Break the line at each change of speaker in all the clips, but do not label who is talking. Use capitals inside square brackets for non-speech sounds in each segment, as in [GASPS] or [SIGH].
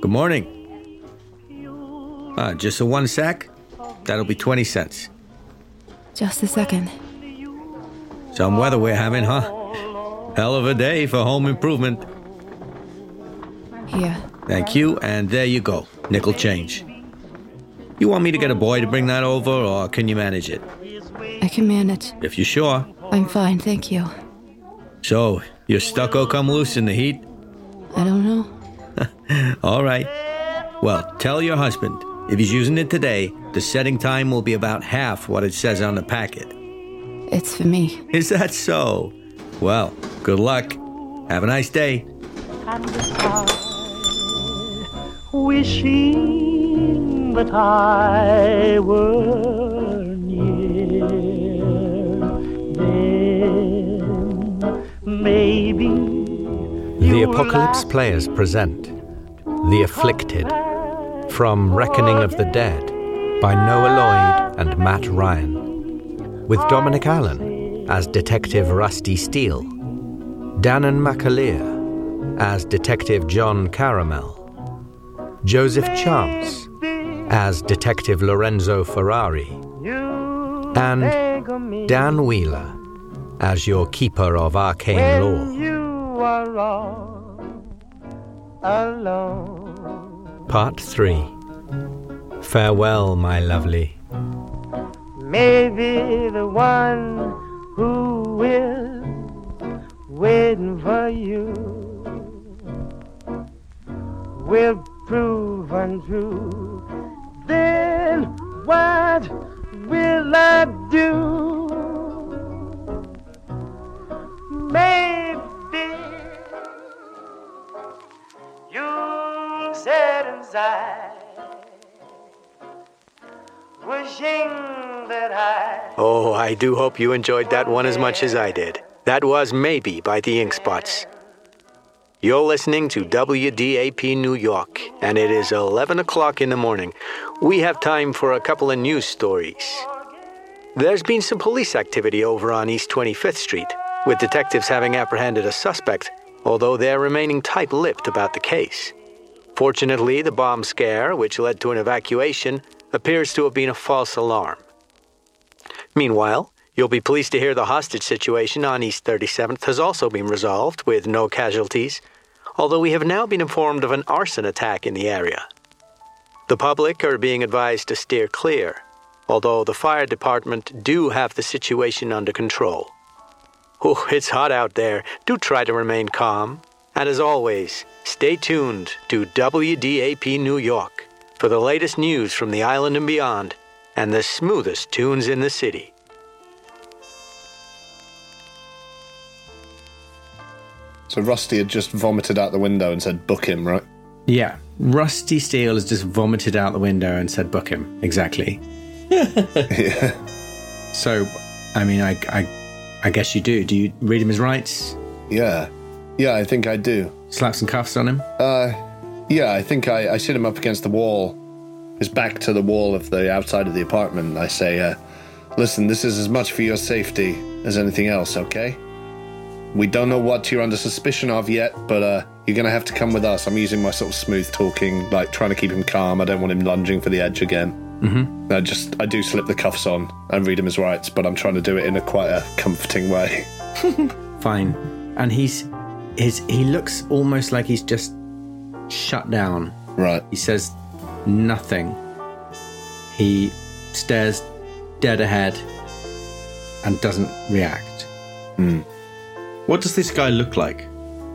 Good morning. Uh, just a one sec. That'll be 20 cents.
Just a second.
Some weather we're having, huh? Hell of a day for home improvement.
Here.
Thank you, and there you go. Nickel change. You want me to get a boy to bring that over, or can you manage it?
I can manage.
If you're sure.
I'm fine, thank you.
So, your stucco come loose in the heat?
I don't know.
All right. Well, tell your husband if he's using it today, the setting time will be about half what it says on the packet.
It's for me.
Is that so? Well, good luck. Have a nice day.
and I wishing that I were near. Then maybe
The Apocalypse Players present The Afflicted from Reckoning of the Dead by Noah Lloyd and Matt Ryan. With Dominic Allen as Detective Rusty Steele, Danon McAleer as Detective John Caramel, Joseph Chance as Detective Lorenzo Ferrari,
you
and
beg of me
Dan Wheeler as your Keeper of Arcane Law.
when you are all alone.
Part 3 Farewell, my lovely.
Maybe the one who is waiting for you will prove untrue. Then what will I do? Maybe you said inside, wishing that I.
Oh, I do hope you enjoyed that one as much as I did. That was Maybe by the Ink Spots. You're listening to WDAP New York, and it is 11 o'clock in the morning. We have time for a couple of news stories. There's been some police activity over on East 25th Street, with detectives having apprehended a suspect, although they're remaining tight lipped about the case. Fortunately, the bomb scare, which led to an evacuation, appears to have been a false alarm. Meanwhile, you'll be pleased to hear the hostage situation on East 37th has also been resolved with no casualties, although we have now been informed of an arson attack in the area. The public are being advised to steer clear, although the fire department do have the situation under control. Oh, it's hot out there. Do try to remain calm. And as always, stay tuned to WDAP New York for the latest news from the island and beyond and the smoothest tunes in the city.
So Rusty had just vomited out the window and said, book him, right?
Yeah, Rusty Steele has just vomited out the window and said, book him.
[LAUGHS]
Exactly. [LAUGHS]
yeah.
So, I mean, I, I, I guess you do. Do you read him his rights?
Yeah. Yeah, I think I do.
Slap some cuffs on him?
Uh, yeah, I think I, I sit him up against the wall, his back to the wall of the outside of the apartment. and I say, uh, listen, this is as much for your safety as anything else, okay? We don't know what you're under suspicion of yet, but uh, you're going to have to come with us. I'm using my sort of smooth talking, like trying to keep him calm. I don't want him lunging for the edge again. Mm-hmm. I just, I do slip the cuffs on and read him his rights, but I'm trying to do it in a quite a comforting way. [LAUGHS]
Fine. And he's, his, he looks almost like he's just shut down.
Right.
He says nothing. He stares dead ahead and doesn't react.
Hmm. What does this guy look like?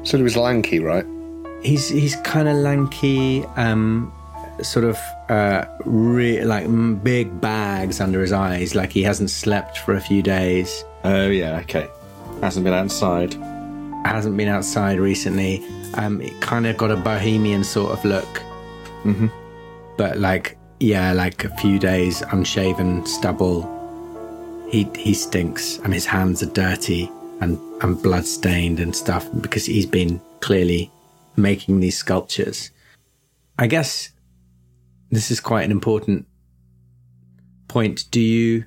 So he was lanky, right?
He's he's kind of lanky, um, sort of uh, re- like mm, big bags under his eyes, like he hasn't slept for a few days,
Oh, yeah, okay. Hasn't been outside.
hasn't been outside recently. Um, it kind of got a bohemian sort of look, mm-hmm. but like yeah, like a few days unshaven stubble. He he stinks, and his hands are dirty and and blood stained and stuff because he's been clearly making these sculptures. I guess this is quite an important point. Do you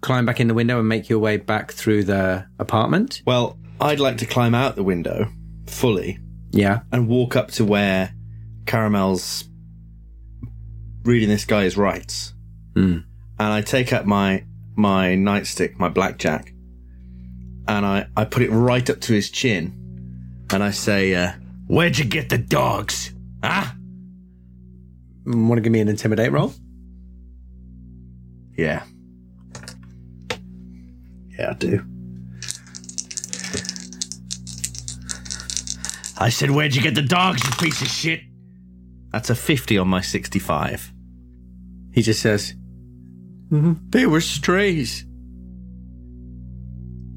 climb back in the window and make your way back through the apartment?
Well, I'd like to climb out the window fully
Yeah.
and walk up to where
Caramel's reading this guy's rights, Hmm. and I take out my my nightstick, my blackjack, and I I put it right up to his chin, and I say, uh, "Where'd you get the dogs? Huh?"
Want to give me an intimidate roll?
Yeah. Yeah, I do. I said, Where'd you get the dogs, you piece of shit? That's a 50 on my 65.
He just says,
"Mm-hmm."
"Mhm, "They were strays."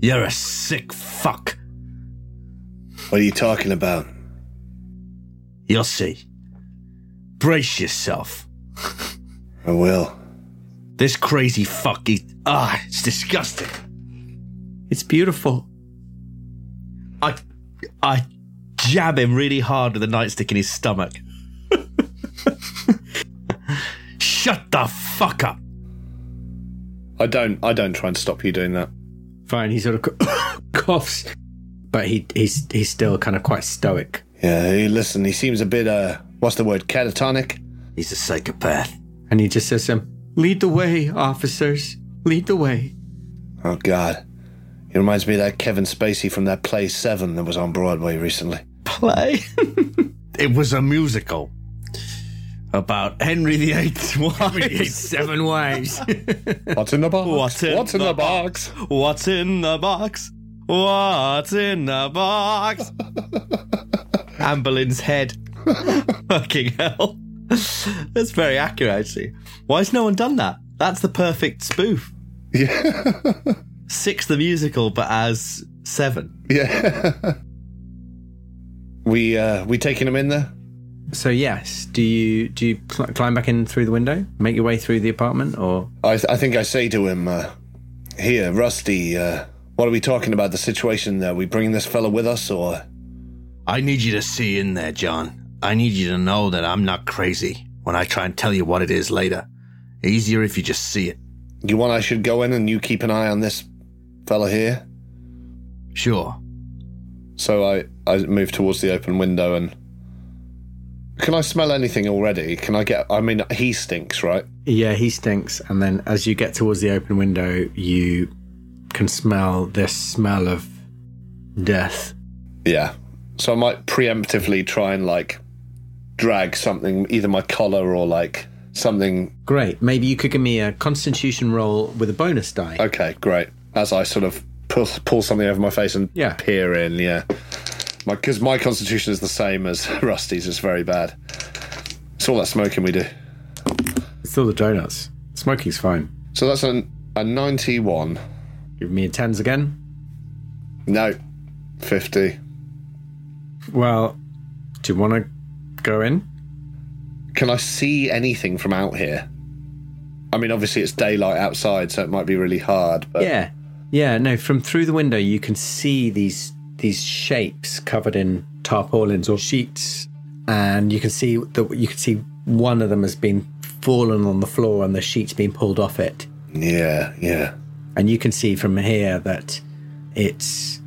You're a sick fuck.
What are you talking about?
You'll see. Brace yourself.
I will.
This crazy fuck he. Ah, it's disgusting.
It's beautiful.
I. I jab him really hard with a nightstick in his stomach. Shut the fuck up.
I don't. I don't try and stop you doing that.
Fine. He sort of [COUGHS] coughs, but he he's he's still kind of quite stoic.
Yeah. Hey, listen. He seems a bit. Uh. What's the word? Catatonic.
He's a psychopath.
And he just says to him, Lead the way, officers. Lead the way.
Oh God. He reminds me of that Kevin Spacey from that play Seven that was on Broadway recently.
play. [LAUGHS] it was a musical about Henry VIII's [LAUGHS] wives.
Seven wives.
[LAUGHS] What's in the box?
What's in the
box?
What's in the box? What's in the [LAUGHS] box? Anne Boleyn's head. [LAUGHS] Fucking hell. That's very accurate, actually. Why's no one done that? That's the perfect spoof.
Yeah. [LAUGHS]
Six the musical, but as seven.
yeah. [LAUGHS] we uh we taking him in there?
[LAUGHS] so yes, do you do you cl- climb back in through the window, make your way through the apartment, or
I, I think I say to him, uh, "Here, Rusty. Uh, what are we talking about? The situation? Are we bringing this fella with us, or
I need you to see in there, John. I need you to know that I'm not crazy when I try and tell you what it is later. Easier if you just see it.
you want I should go in and you keep an eye on this fella here?"
Sure.
So I I move towards the open window and. Can I smell anything already? Can I get? I mean, he stinks, right?
yeah, he stinks. And then as you get towards the open window, you can smell this smell of death.
Yeah. So I might preemptively try and like drag something, either my collar or like something.
Great. Maybe you could give me a Constitution roll with a bonus die.
Okay, great. As I sort of pull, pull something over my face and
Yeah.
peer in, yeah. Because my, constitution is the same as [LAUGHS] Rusty's, it's very bad. It's all that smoking we do.
It's still the donuts. Smoking's fine.
So that's a, a 91.
Give me a tens again.
No, 50.
Well, do you want to go in?
Can I see anything from out here? I mean, obviously it's daylight outside, so it might be really hard, but
Yeah, yeah. No, from through the window you can see these these shapes covered in tarpaulins or sheets, and you can see that you can see one of them has been fallen on the floor and the sheet's been pulled off it,
yeah, yeah.
and you can see from here that it's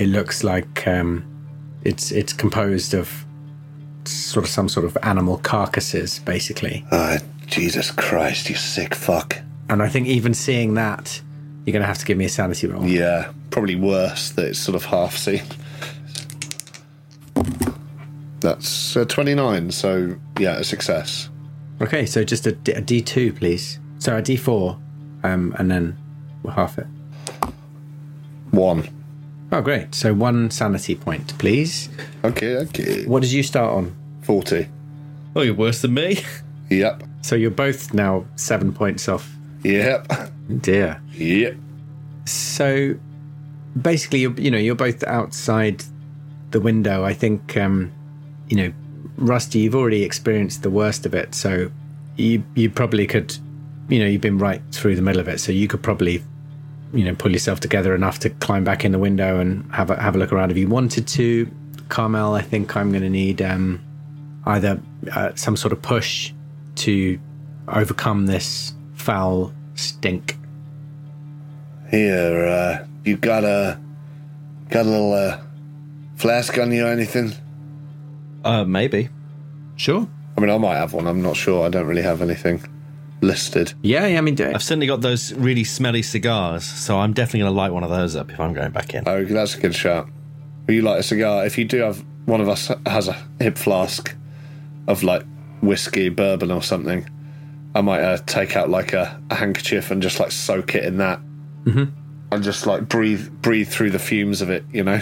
it looks like um, it's it's composed of sort of some sort of animal carcasses basically,
Oh, Jesus Christ, you sick fuck.
and I think even seeing that. You're gonna have to give me a sanity roll.
Yeah, probably worse that it's sort of half seen. That's uh, 29, so yeah, a success.
Okay, so just a, D- a D2, please. So a D4, um, and then we'll half it.
One.
Oh, great. So one sanity point, please.
Okay, okay.
What did you start on?
40.
Oh, you're worse than me. [LAUGHS]
Yep.
So you're both now seven points off.
Yep. [LAUGHS]
Dear.
Yep.
So basically, you're, you know, you're both outside the window. I think, um, you know, Rusty, you've already experienced the worst of it. So you, you probably could, you know, you've been right through the middle of it. So you could probably, you know, pull yourself together enough to climb back in the window and have a, have a look around if you wanted to. Carmel, I think I'm going to need um, either uh, some sort of push to overcome this foul stink.
Here, uh, you got a. Got a little, uh, flask on you or anything?
Uh, maybe.
Sure.
I mean, I might have one. I'm not sure. I don't really have anything listed.
Yeah, yeah, I mean, do it.
I've certainly got those really smelly cigars, so I'm definitely going to light one of those up if I'm going back in.
Oh, that's a good shot. Will you light a cigar? If you do have one of us has a hip flask of like whiskey, bourbon, or something, I might uh, take out like a, a handkerchief and just like soak it in that, mm-hmm. and just like breathe breathe through the fumes of it. You know,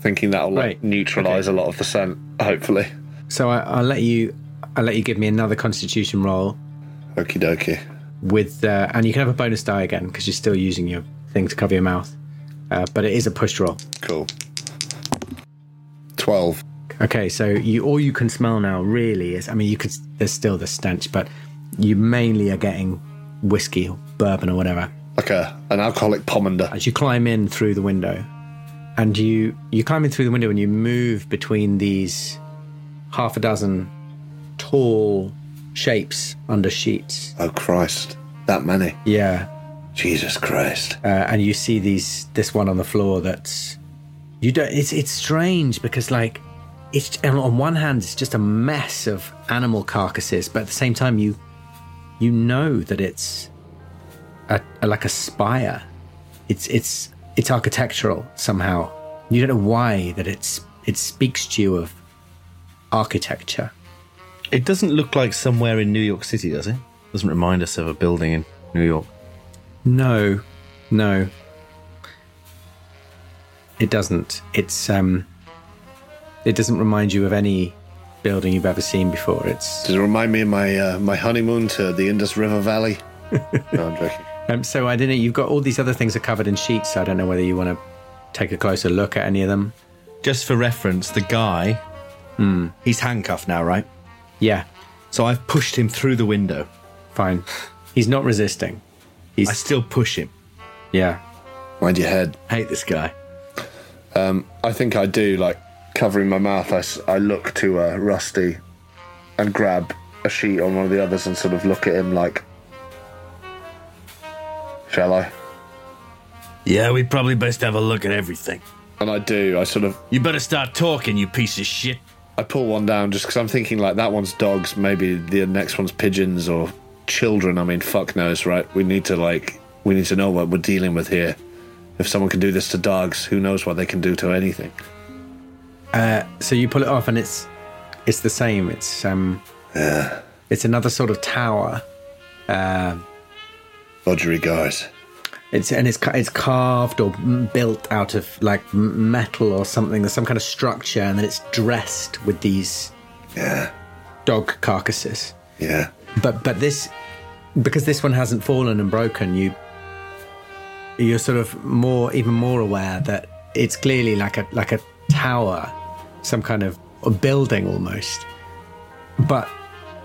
thinking that'll like
Right.
neutralize a lot of the scent. Hopefully,
So I, I'll let you. I'll let you give me another Constitution roll
okie dokie.
with, uh, and you can have a bonus die again because you're still using your thing to cover your mouth. Uh, but it is a push roll.
Cool. Twelve.
Okay, so you all you can smell now really is. I mean, you could. There's still the stench, but you mainly are getting whiskey or bourbon or whatever.
Like a an alcoholic pomander.
as you climb in through the window and you you climb in through the window and you move between these half a dozen tall shapes under sheets
Oh Christ, that many.
yeah
Jesus Christ.
uh, and you see these this one on the floor that's you don't it's it's strange because like it's and on one hand it's just a mess of animal carcasses but at the same time you you know that it's a, a- like a spire it's it's it's architectural somehow you don't know why that it's it speaks to you of architecture
It doesn't look like somewhere in New York City, does it? Doesn't remind us of a building in New York.
No, no. It doesn't. It's um. It doesn't remind you of any building you've ever seen before. It's
Does it remind me of my uh, my honeymoon to the Indus River Valley? no, I'm joking.
um, so I don't know. You've got all these other things are covered in sheets. So I don't know whether you want to take a closer look at any of them.
Just for reference, the guy, he's handcuffed now, right?
Yeah,
So I've pushed him through the window.
fine. He's not resisting. He's
I still push him.
yeah.
Mind your head.
Hate this guy.
I think I do like covering my mouth. I, s- I look to uh, Rusty and grab a sheet on one of the others and sort of look at him like, shall I?
Yeah, we probably best have a look at everything.
And I do. I sort of
You better start talking, you piece of shit.
I pull one down just because I'm thinking like that one's dogs. Maybe the next one's pigeons or children. I mean, fuck knows, right? We need to like we need to know what we're dealing with here. If someone can do this to dogs, who knows what they can do to anything?
So you pull it off, and it's it's the same. It's um. It's another sort of tower.
Roger guys.
It's and it's ca- it's carved or m- built out of like m- metal or something. There's some kind of structure, and then it's dressed with these uh,
Yeah,
dog carcasses.
yeah.
But but this because this one hasn't fallen and broken, you you're sort of more even more aware that it's clearly like a like a tower, some kind of a building almost. But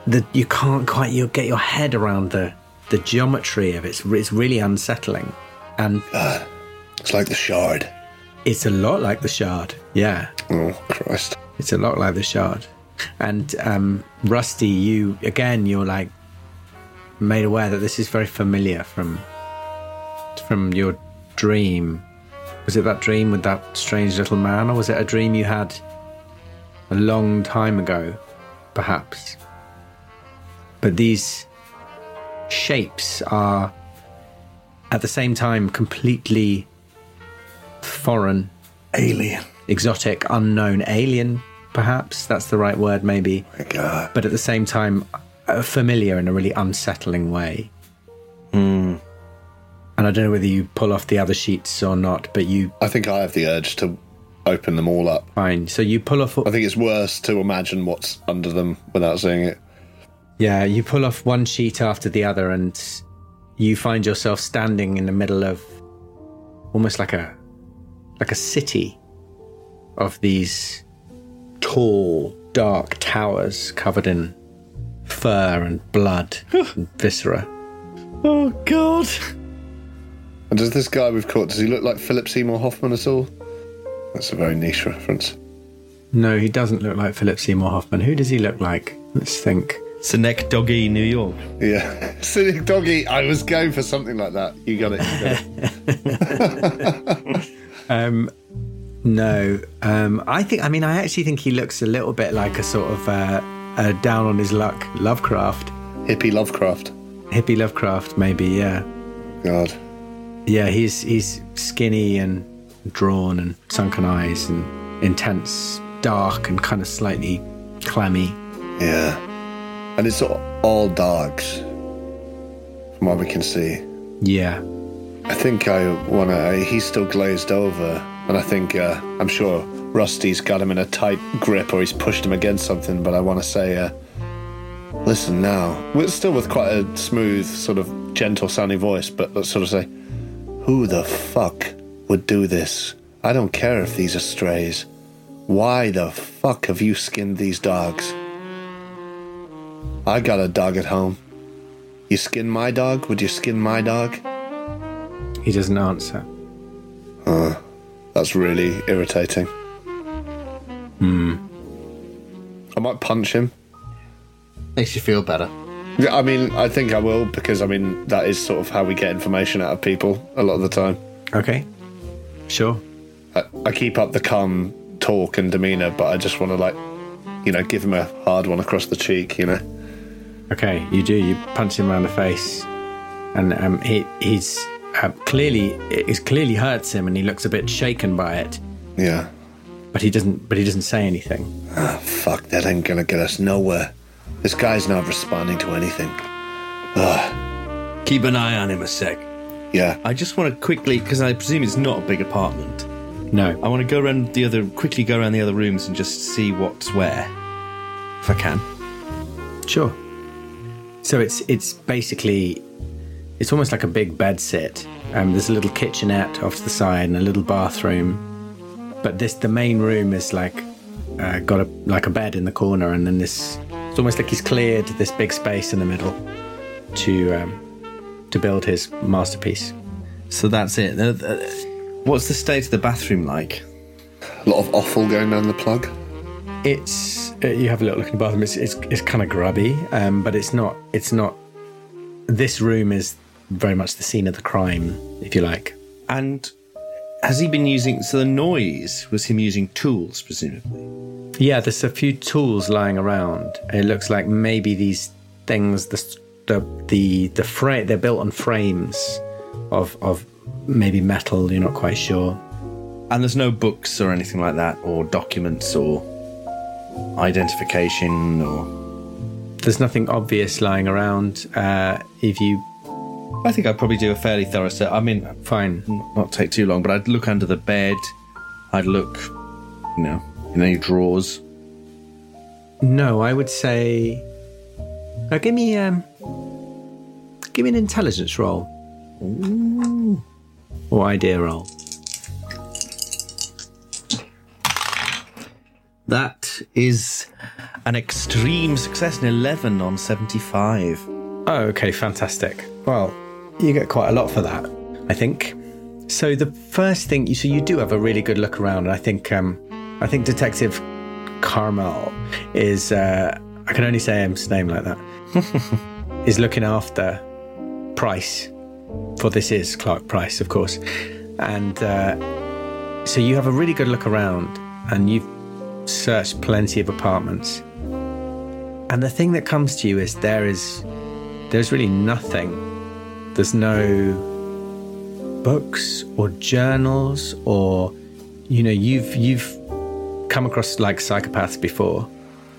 the, you can't quite you get your head around the the geometry of it. It's, re- it's really unsettling, and
It's like the shard.
It's a lot like the shard. Yeah,
Oh Christ!
it's a lot like the shard. And um, Rusty, you again, you're like made aware that this is very familiar from from your dream. Was it that dream with that strange little man, or was it a dream you had a long time ago, perhaps? But these shapes are at the same time completely foreign
Alien.
exotic, unknown alien, perhaps. That's the right word, maybe.
My God.
But at the same time, uh, familiar in a really unsettling way. And I don't know whether you pull off the other sheets or not, but you
I think I have the urge to open them all up.
find. So you pull off.
I think it's worse to imagine what's under them without seeing it.
Yeah, you pull off one sheet after the other, and you find yourself standing in the middle of almost like a like a city of these tall, dark towers covered in fur and blood and viscera.
Oh, God.
And does this guy we've caught does he look like Philip Seymour Hoffman at all? That's a very niche reference.
No, he doesn't look like Philip Seymour Hoffman. Who does he look like? Let's think.
It's a neck doggy New York.
Yeah, [LAUGHS] Cynic Doggy. I was going for something like that. You got it. You got it.
No, um, I think. I mean, I actually think he looks a little bit like a sort of uh, uh, down on his luck Lovecraft,
Hippie Lovecraft.
hippie Lovecraft, maybe. Yeah,
God.
yeah. He's he's skinny and drawn and sunken eyes and intense, dark and kind of slightly clammy.
Yeah. And it's all, all dogs, from what we can see.
Yeah,
I think I want to. He's still glazed over, and I think uh, I'm sure Rusty's got him in a tight grip, or he's pushed him against something. But I want to say, uh, listen now. We're still with quite a smooth, sort of gentle sounding voice, but let's sort of say, who the fuck would do this? I don't care if these are strays. Why the fuck have you skinned these dogs? I got a dog at home. You skin my dog? Would you skin my dog?
he doesn't answer.
That's really irritating. Hmm.
Hmm.
I might punch him.
Makes you feel better.
Yeah, I mean, I think I will because I mean that is sort of how we get information out of people a lot of the time.
Okay, sure.
I, I keep up the calm talk and demeanor, but I just want to like, you know, give him a hard one across the cheek. You know,
Okay, you do. You punch him around the face, and um, he he's uh, clearly it clearly hurts him, and he looks a bit shaken by it.
yeah.
But he doesn't. But he doesn't say anything.
Ah, Fuck, that ain't gonna get us nowhere. This guy's not responding to anything.
Keep an eye on him a sec.
Yeah,
I just want to quickly, because I presume it's not a big apartment.
No.
I want to go around the other, quickly go around the other rooms and just see what's where, if I can.
Sure. So it's it's basically it's almost like a big bed sit. Um, there's a little kitchenette off to the side and a little bathroom, but this the main room is like uh, got a like a bed in the corner, and then this it's almost like he's cleared this big space in the middle to um, to build his masterpiece.
So that's it. Uh, uh, What's the state of the bathroom like?
a lot of offal going down the plug.
It's uh, you have a little look in the bathroom. It's it's, it's kind of grubby, um, but it's not it's not. This room is very much the scene of the crime, if you like.
And has he been using? So the noise was him using tools, presumably.
Yeah, there's a few tools lying around. It looks like maybe these things, the the the, the fra- they're built on frames of of maybe metal. You're not quite sure.
And there's no books or anything like that, or documents or identification or.
There's nothing obvious lying around. Uh, if you
I think I'd probably do a fairly thorough search. I mean,
fine,
not take too long, but I'd look under the bed. I'd look, you know, in any drawers.
no, I would say. Now give me um, give me an intelligence roll, or idea roll.
That is an extreme success, an 11 on 75.
Oh, okay, fantastic. Well, you get quite a lot for that, I think. So the first thing, you so you do have a really good look around, and I think, um, I think Detective Carmel is, uh, I can only say his name like that, [LAUGHS] is looking after Price, for this is Clark Price, of course, and uh, so you have a really good look around, and you've searched plenty of apartments, and the thing that comes to you is there is there's really nothing. There's no books or journals or you know you've you've come across like psychopaths before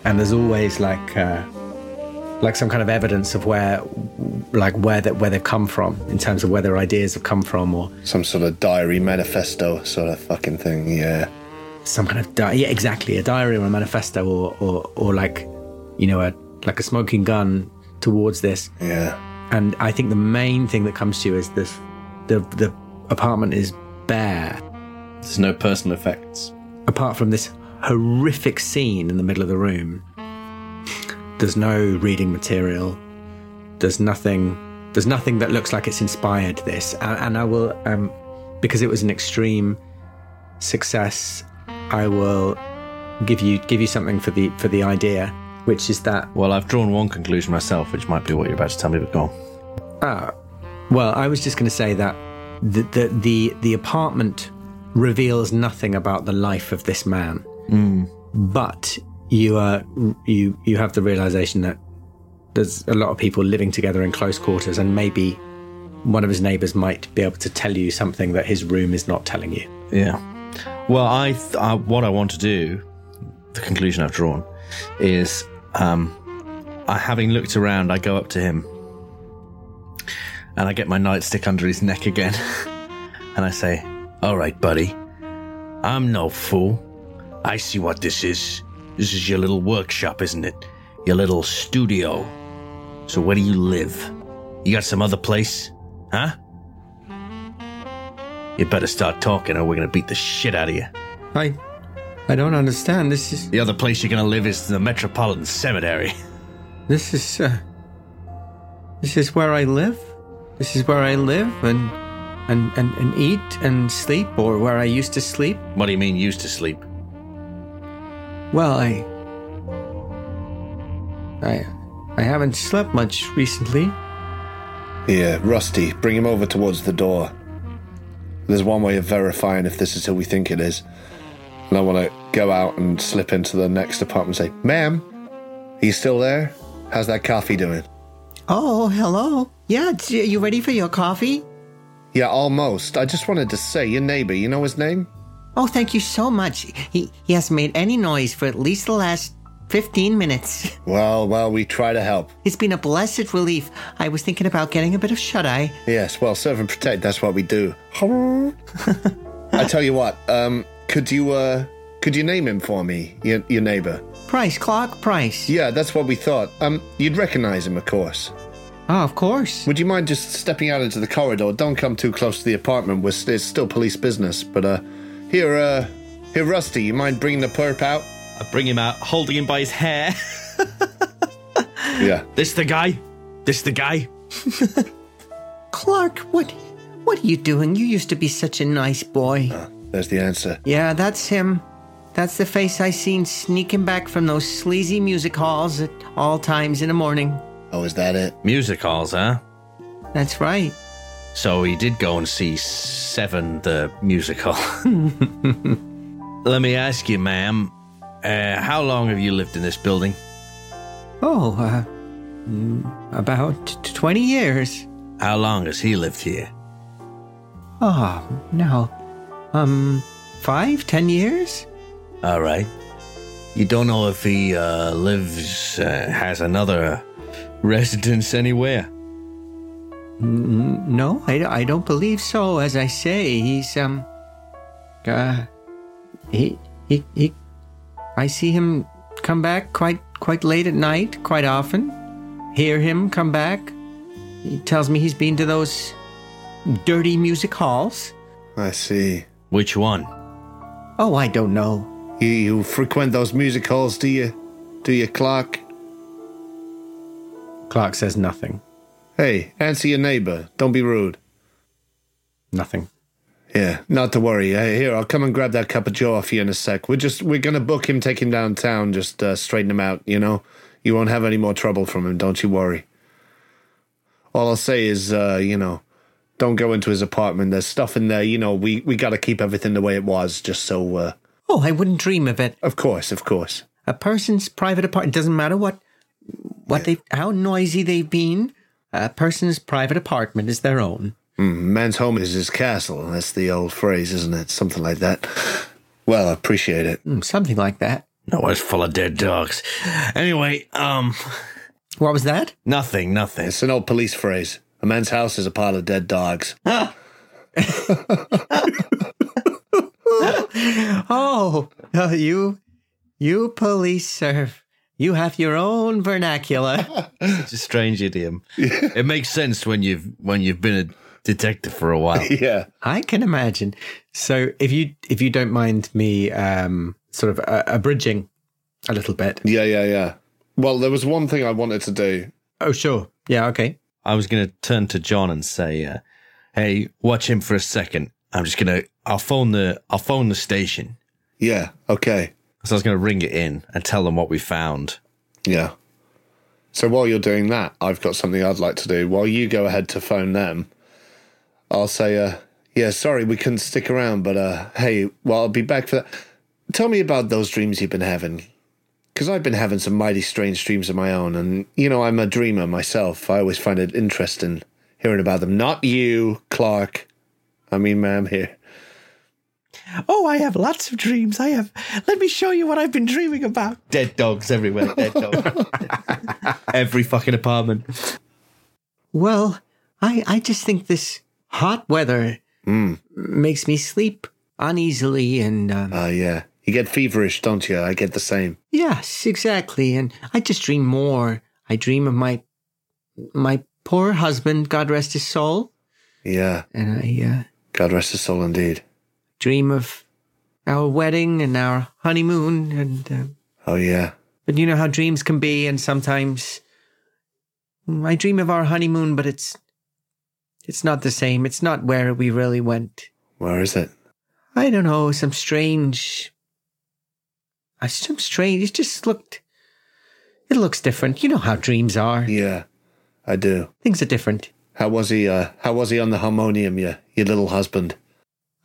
and there's always like uh, like some kind of evidence of where like where that where they've come from in terms of where their ideas have come from or
Some sort of diary manifesto sort of fucking thing. Yeah.
some kind of di- yeah exactly a diary or a manifesto or or, or like you know a like a smoking gun towards this
Yeah.
and I think the main thing that comes to you is this: the the apartment is bare,
There's no personal effects.
apart from this horrific scene in the middle of the room. There's no reading material. There's nothing. There's nothing that looks like it's inspired this. And, and I will, um, because it was an extreme success, I will give you give you something for the for the idea, which is that
Well, I've drawn one conclusion myself, which might be what you're about to tell me, but go on.
Ah, well, I was just going to say that the, the the the Hmm. apartment reveals nothing about the life of this man, but you uh, you you have the realization that there's a lot of people living together in close quarters, and maybe one of his neighbors might be able to tell you something that his room is not telling you.
Yeah. Well, I, th- I what I want to do, the conclusion I've drawn, is um, I, having looked around, I go up to him, and I get my nightstick under his neck again, [LAUGHS] and I say, "All right, buddy, I'm no fool. I see what this is. This is your little workshop, isn't it? Your little studio. So where do you live? You got some other place, huh?" You better start talking or we're gonna beat the shit out of you.
I I don't understand. This is
The other place you're gonna live is the Metropolitan Cemetery. [LAUGHS]
this is uh, this is where I live. This is where I live and and, and and eat and sleep, or where I used to sleep.
What do you mean used to sleep?
Well, I I I haven't slept much recently.
Here, Rusty, bring him over towards the door. There's one way of verifying if this is who we think it is. And I want to go out and slip into the next apartment and say, Ma'am, are you still there? How's that coffee doing?
Oh, hello. Yeah, it's, you ready for your coffee?
Yeah, almost. I just wanted to say, your neighbor, you know his name?
Oh, thank you so much. He, he hasn't made any noise for at least the last 15 minutes. [LAUGHS]
Well, well, we try to help.
It's been a blessed relief. I was thinking about getting a bit of shut eye.
Yes, well, serve and protect, that's what we do. I tell you what, um, could you, uh, could you name him for me, your, your neighbor?
Price, Clark, Price.
Yeah, that's what we thought. Um, you'd recognize him, of course.
Oh, of course.
Would you mind just stepping out into the corridor? Don't come too close to the apartment. We're, it's still police business. But uh, here, uh, here, Rusty, you mind bringing the perp out?
I bring him out, holding him by his hair. [LAUGHS]
Yeah.
this the guy? This the guy?
Clark, what what are you doing? You used to be such a nice boy.
There's the answer.
yeah, that's him. That's the face I seen sneaking back from those sleazy music halls at all times in the morning.
Oh, is that it?
Music halls, huh?
That's right.
So he did go and see Seven, the musical. [LAUGHS] Let me ask you, ma'am, uh, how long have you lived in this building?
Oh, uh, mm, about t- twenty years.
How long has he lived here?
Ah, no. Um,
Five, ten years?
All right. You don't know if he uh, lives, uh, has another [LAUGHS] residence anywhere.
No, I, I don't believe so. As I say, he's, um,
uh,
he, he, he, I see him come back quite, quite late at night, quite often. Hear him come back. He tells me he's been to those dirty music halls.
I see.
Which one?
Oh, I don't know.
You, you frequent those music halls, do you? Do you, Clark?
Clark says nothing.
Hey, answer your neighbor. Don't be rude.
Nothing.
Yeah, not to worry. Hey, here, I'll come and grab that cup of joe off you in a sec. We're just, we're gonna book him, take him downtown, just uh, straighten him out. You know, you won't have any more trouble from him. Don't you worry. All I'll say is, uh, you know, don't go into his apartment. There's stuff in there. You know, we we gotta keep everything the way it was, just so. Uh,
Oh, I wouldn't dream of it.
of course, of course.
A person's private apartment doesn't matter what, what they, how noisy they've been. A person's private apartment is their own.
Man's home is his castle. That's the old phrase, isn't it? Something like that. Well, I appreciate it.
Mm, Something like that.
No, it's full of dead dogs. Anyway, um,
What was that?
nothing, nothing.
It's an old police phrase. A man's house is a pile of dead dogs. [LAUGHS]
Oh, [LAUGHS] uh, you, you police serve. You have your own vernacular. [LAUGHS]
It's a strange idiom. it makes sense when you've when you've been a detective for a while.
yeah.
I can imagine.
So if you if you don't mind me um, sort of uh, abridging a little bit.
Yeah, yeah, yeah. Well, there was one thing I wanted to do.
Oh sure, yeah okay.
I was going to turn to John and say, uh, "Hey, watch him for a second. I'm just going to. I'll phone the. I'll phone the station.
Yeah, okay.
So I was going to ring it in and tell them what we found.
Yeah. So while you're doing that, I've got something I'd like to do. While you go ahead to phone them, I'll say, uh, yeah, sorry, we couldn't stick around, but uh, hey, well, I'll be back for that. Tell me about those dreams you've been having. Because I've been having some mighty strange dreams of my own, and you know, I'm a dreamer myself. I always find it interesting hearing about them. Not you, Clark. I mean, ma'am, here.
Oh, I have lots of dreams. I have. Let me show you what I've been dreaming about. Dead dogs everywhere. Dead
[LAUGHS]
dogs. Every fucking apartment.
Well, I I just think this hot weather makes me sleep uneasily and um,
Ah, yeah. You get feverish, don't you? I get the same.
yes, exactly. And I just dream more. I dream of my my poor husband, God rest his soul,
Yeah.
and I uh,
God rest his soul indeed.
dream of our wedding and our honeymoon and. Um,
Oh, yeah.
But you know how dreams can be, and sometimes Mm, I dream of our honeymoon, but it's it's not the same. It's not where we really went.
Where is it?
I don't know, some strange uh, some strange it just looked it looks different. You know how dreams are.
Yeah, I do.
Things are different.
How was he? Uh, how was he on the harmonium, your your little husband?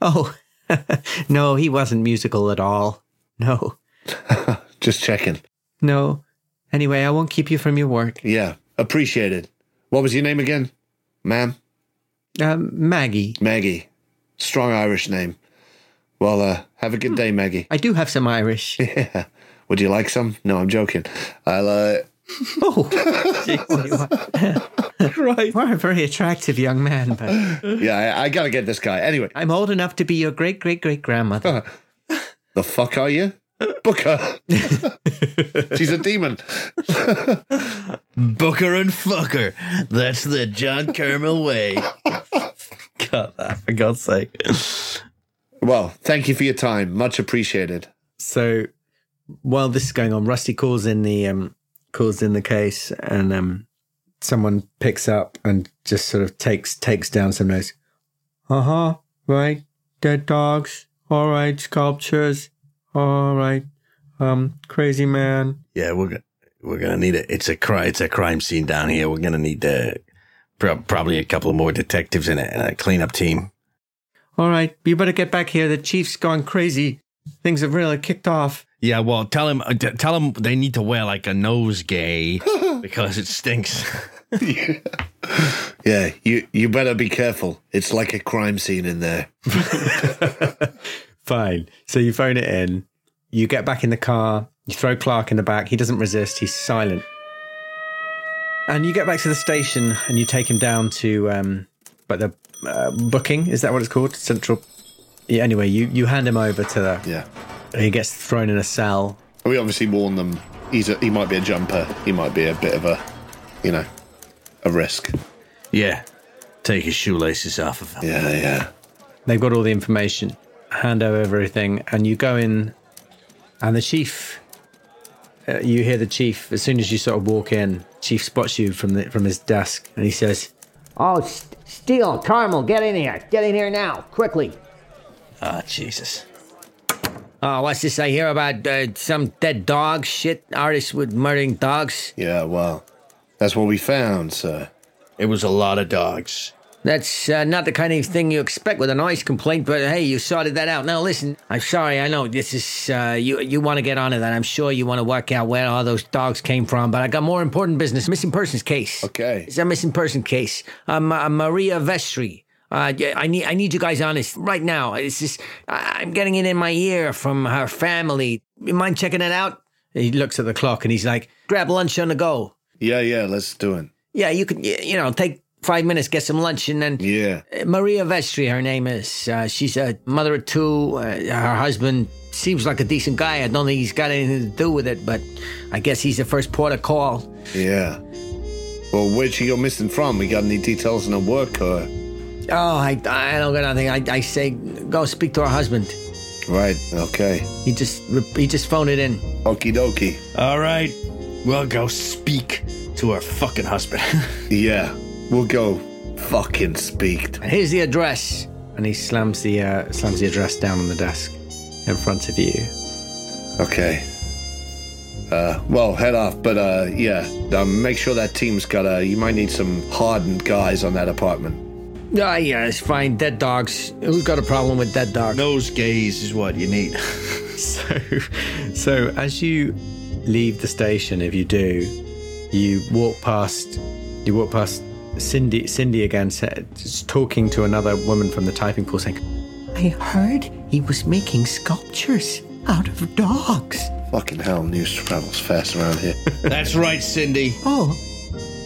Oh [LAUGHS] no, he wasn't musical at all. No.
Just checking.
No. Anyway, I won't keep you from your work.
Yeah, appreciated. What was your name again, ma'am?
Um, Maggie,
Maggie. Strong Irish name. Well, uh, have a good day, Maggie. [LAUGHS]
I do have some Irish.
Yeah. Would you like some? No, I'm joking. I'll. Uh,
Oh, [LAUGHS] right. You're a very attractive young man, but
yeah, I, I gotta get this guy. Anyway,
I'm old enough to be your great great great grandmother.
the fuck are you? Book her. [LAUGHS] She's a demon.
Booker and fucker. That's the John Kermel
[LAUGHS]
way. Cut that, for God's sake.
Well, thank you for your time. Much appreciated.
So while this is going on, Rusty calls in the um, calls in the case, and um, someone picks up and just sort of takes takes down some notes.
Uh huh. Right. Dead dogs. All right. Sculptures. All right. Um, crazy man.
Yeah, we're go- we're gonna need it. It's a cri- It's a crime scene down here. We're gonna need uh, pro- probably a couple more detectives in it and a cleanup team.
All right. You better get back here. The chief's gone crazy. Things have really kicked off.
Yeah, well, tell him uh, t- tell him they need to wear like
[LAUGHS]
a nosegay because it stinks.
Yeah, you you better be careful. It's like a crime scene in there.
Fine. So you phone it in. You get back in the car. You throw Clark in the back. He doesn't resist. He's silent. And you get back to the station and you take him down to, um, but the uh, booking is that what it's called? Central. Yeah. Anyway, you you hand him over to the.
Yeah.
He gets thrown in a cell.
We obviously warn them. He's a, he might be a jumper. He might be a bit of a, you know, a risk.
yeah, take his shoelaces off of him.
Yeah, yeah.
They've got all the information. Hand over everything, and you go in, and the chief. Uh, you hear the chief as soon as you sort of walk in. Chief spots you from the from his desk, and he says,
Oh, St- Steele, Carmel, get in here. Get in here now, quickly.
Ah, Jesus.
Oh, what's this I hear about uh, some dead dog shit? Artists with murdering dogs?
Yeah, well, that's what we found, sir.
It was a lot of dogs.
That's uh, not the kind of thing you expect with a noise complaint, but hey, you sorted that out. Now listen, I'm sorry, I know this is uh, you. You want to get onto that? I'm sure you want to work out where all those dogs came from, but I got more important business. Missing persons case.
Okay.
it's a missing person case. Um, uh, Maria Vestry. Uh, yeah, I need I need you guys honest right now. It's just I, I'm getting it in my ear from her family. You mind checking it out?
He looks at the clock and he's like,
Grab lunch on the go.
Yeah, yeah, let's do it.
Yeah, you can. y- You know, take five minutes, get some lunch, and then
Yeah.
Maria Vestry, her name is. Uh, she's a mother of two. Uh, her husband seems like a decent guy. I don't think he's got anything to do with it, but I guess he's the first port of call.
Yeah. Well, where'd she go missing from? We got any details on her work or?
Oh, I, I don't got nothing. I, I say go speak to her husband.
Right, okay.
He just re- he just phoned it in.
Okie dokie.
All right, we'll go speak to her fucking husband. [LAUGHS]
Yeah, we'll go fucking speak.
Here's the address.
and he slams the uh, slams the address down on the desk in front of you. [LAUGHS]
Okay. Uh, well, head off, but uh, yeah, um, make sure that team's got a. You might need some hardened guys on that apartment.
Ah, yeah, it's fine. Dead dogs. Who's got a problem with dead
[LAUGHS]
dogs?
Nosegays is what you need.
So, so as you leave the station, if you do, you walk past you walk past Cindy Cindy again, sa- just talking to another woman from the typing pool, saying,
I heard he was making sculptures out of dogs.
Fucking hell, news travels fast around here.
That's right, Cindy.
Oh,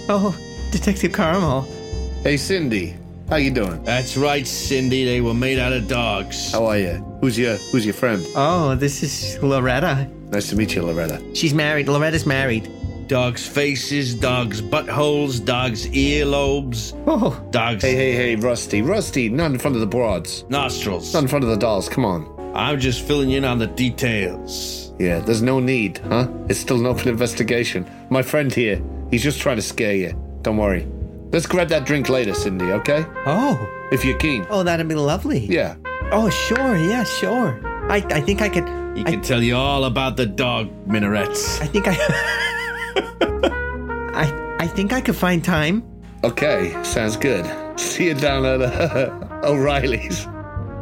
oh, Detective Caramel.
[LAUGHS] hey, Cindy, how you doing?
That's right, Cindy. They were made out of dogs.
How are you? Who's your Who's your friend?
Oh, this is Loretta.
Nice to meet you, Loretta.
She's married. Loretta's married.
Dogs' faces, dogs' buttholes, dogs' earlobes,
Oh,
dogs'
Hey, hey, hey, Rusty, Rusty, not in front of the broads,
nostrils.
not in front of the dolls. Come on.
I'm just filling you in on the details.
Yeah, there's no need, huh? It's still an open investigation. My friend here, he's just trying to scare you. Don't worry. Let's grab that drink later, Cindy. Okay?
oh,
If you're keen.
oh, that'd be lovely.
Yeah.
Oh, sure. Yeah, sure. I, I think I could.
He
I-
can tell you all about the dog minarets.
I think I. [LAUGHS] I I think I could find time.
Okay. Sounds good. See you down at uh, [LAUGHS] O'Reilly's.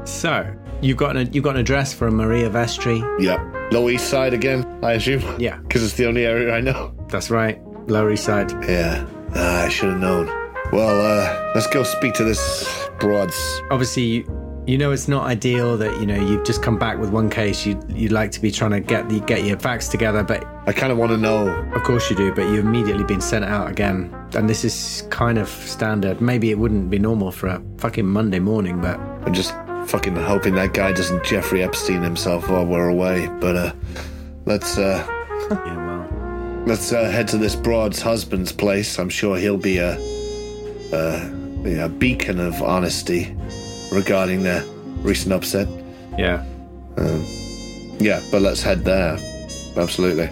"So you've got an you've got an address for a Maria Vestry?
Yeah. Low East Side again, I assume.
Yeah.
Because it's the only area I know.
That's right, Lower East Side."
Yeah. Ah, I should have known. Well, uh, let's go speak to this broads.
obviously you, you know it's not ideal that you know you've just come back with one case you you'd like to be trying to get the get your facts together but
I kind of want to know.
of course you do but you've immediately been sent out again and this is kind of standard maybe it wouldn't be normal for a fucking monday morning but
I'm just fucking hoping that guy doesn't Jeffrey Epstein himself while we're away. But uh, let's uh,
yeah well
let's uh, head to this broad's husband's place. I'm sure he'll be a, uh, a, you know, beacon of honesty regarding their recent upset.
yeah
Yeah, but let's head there. Absolutely.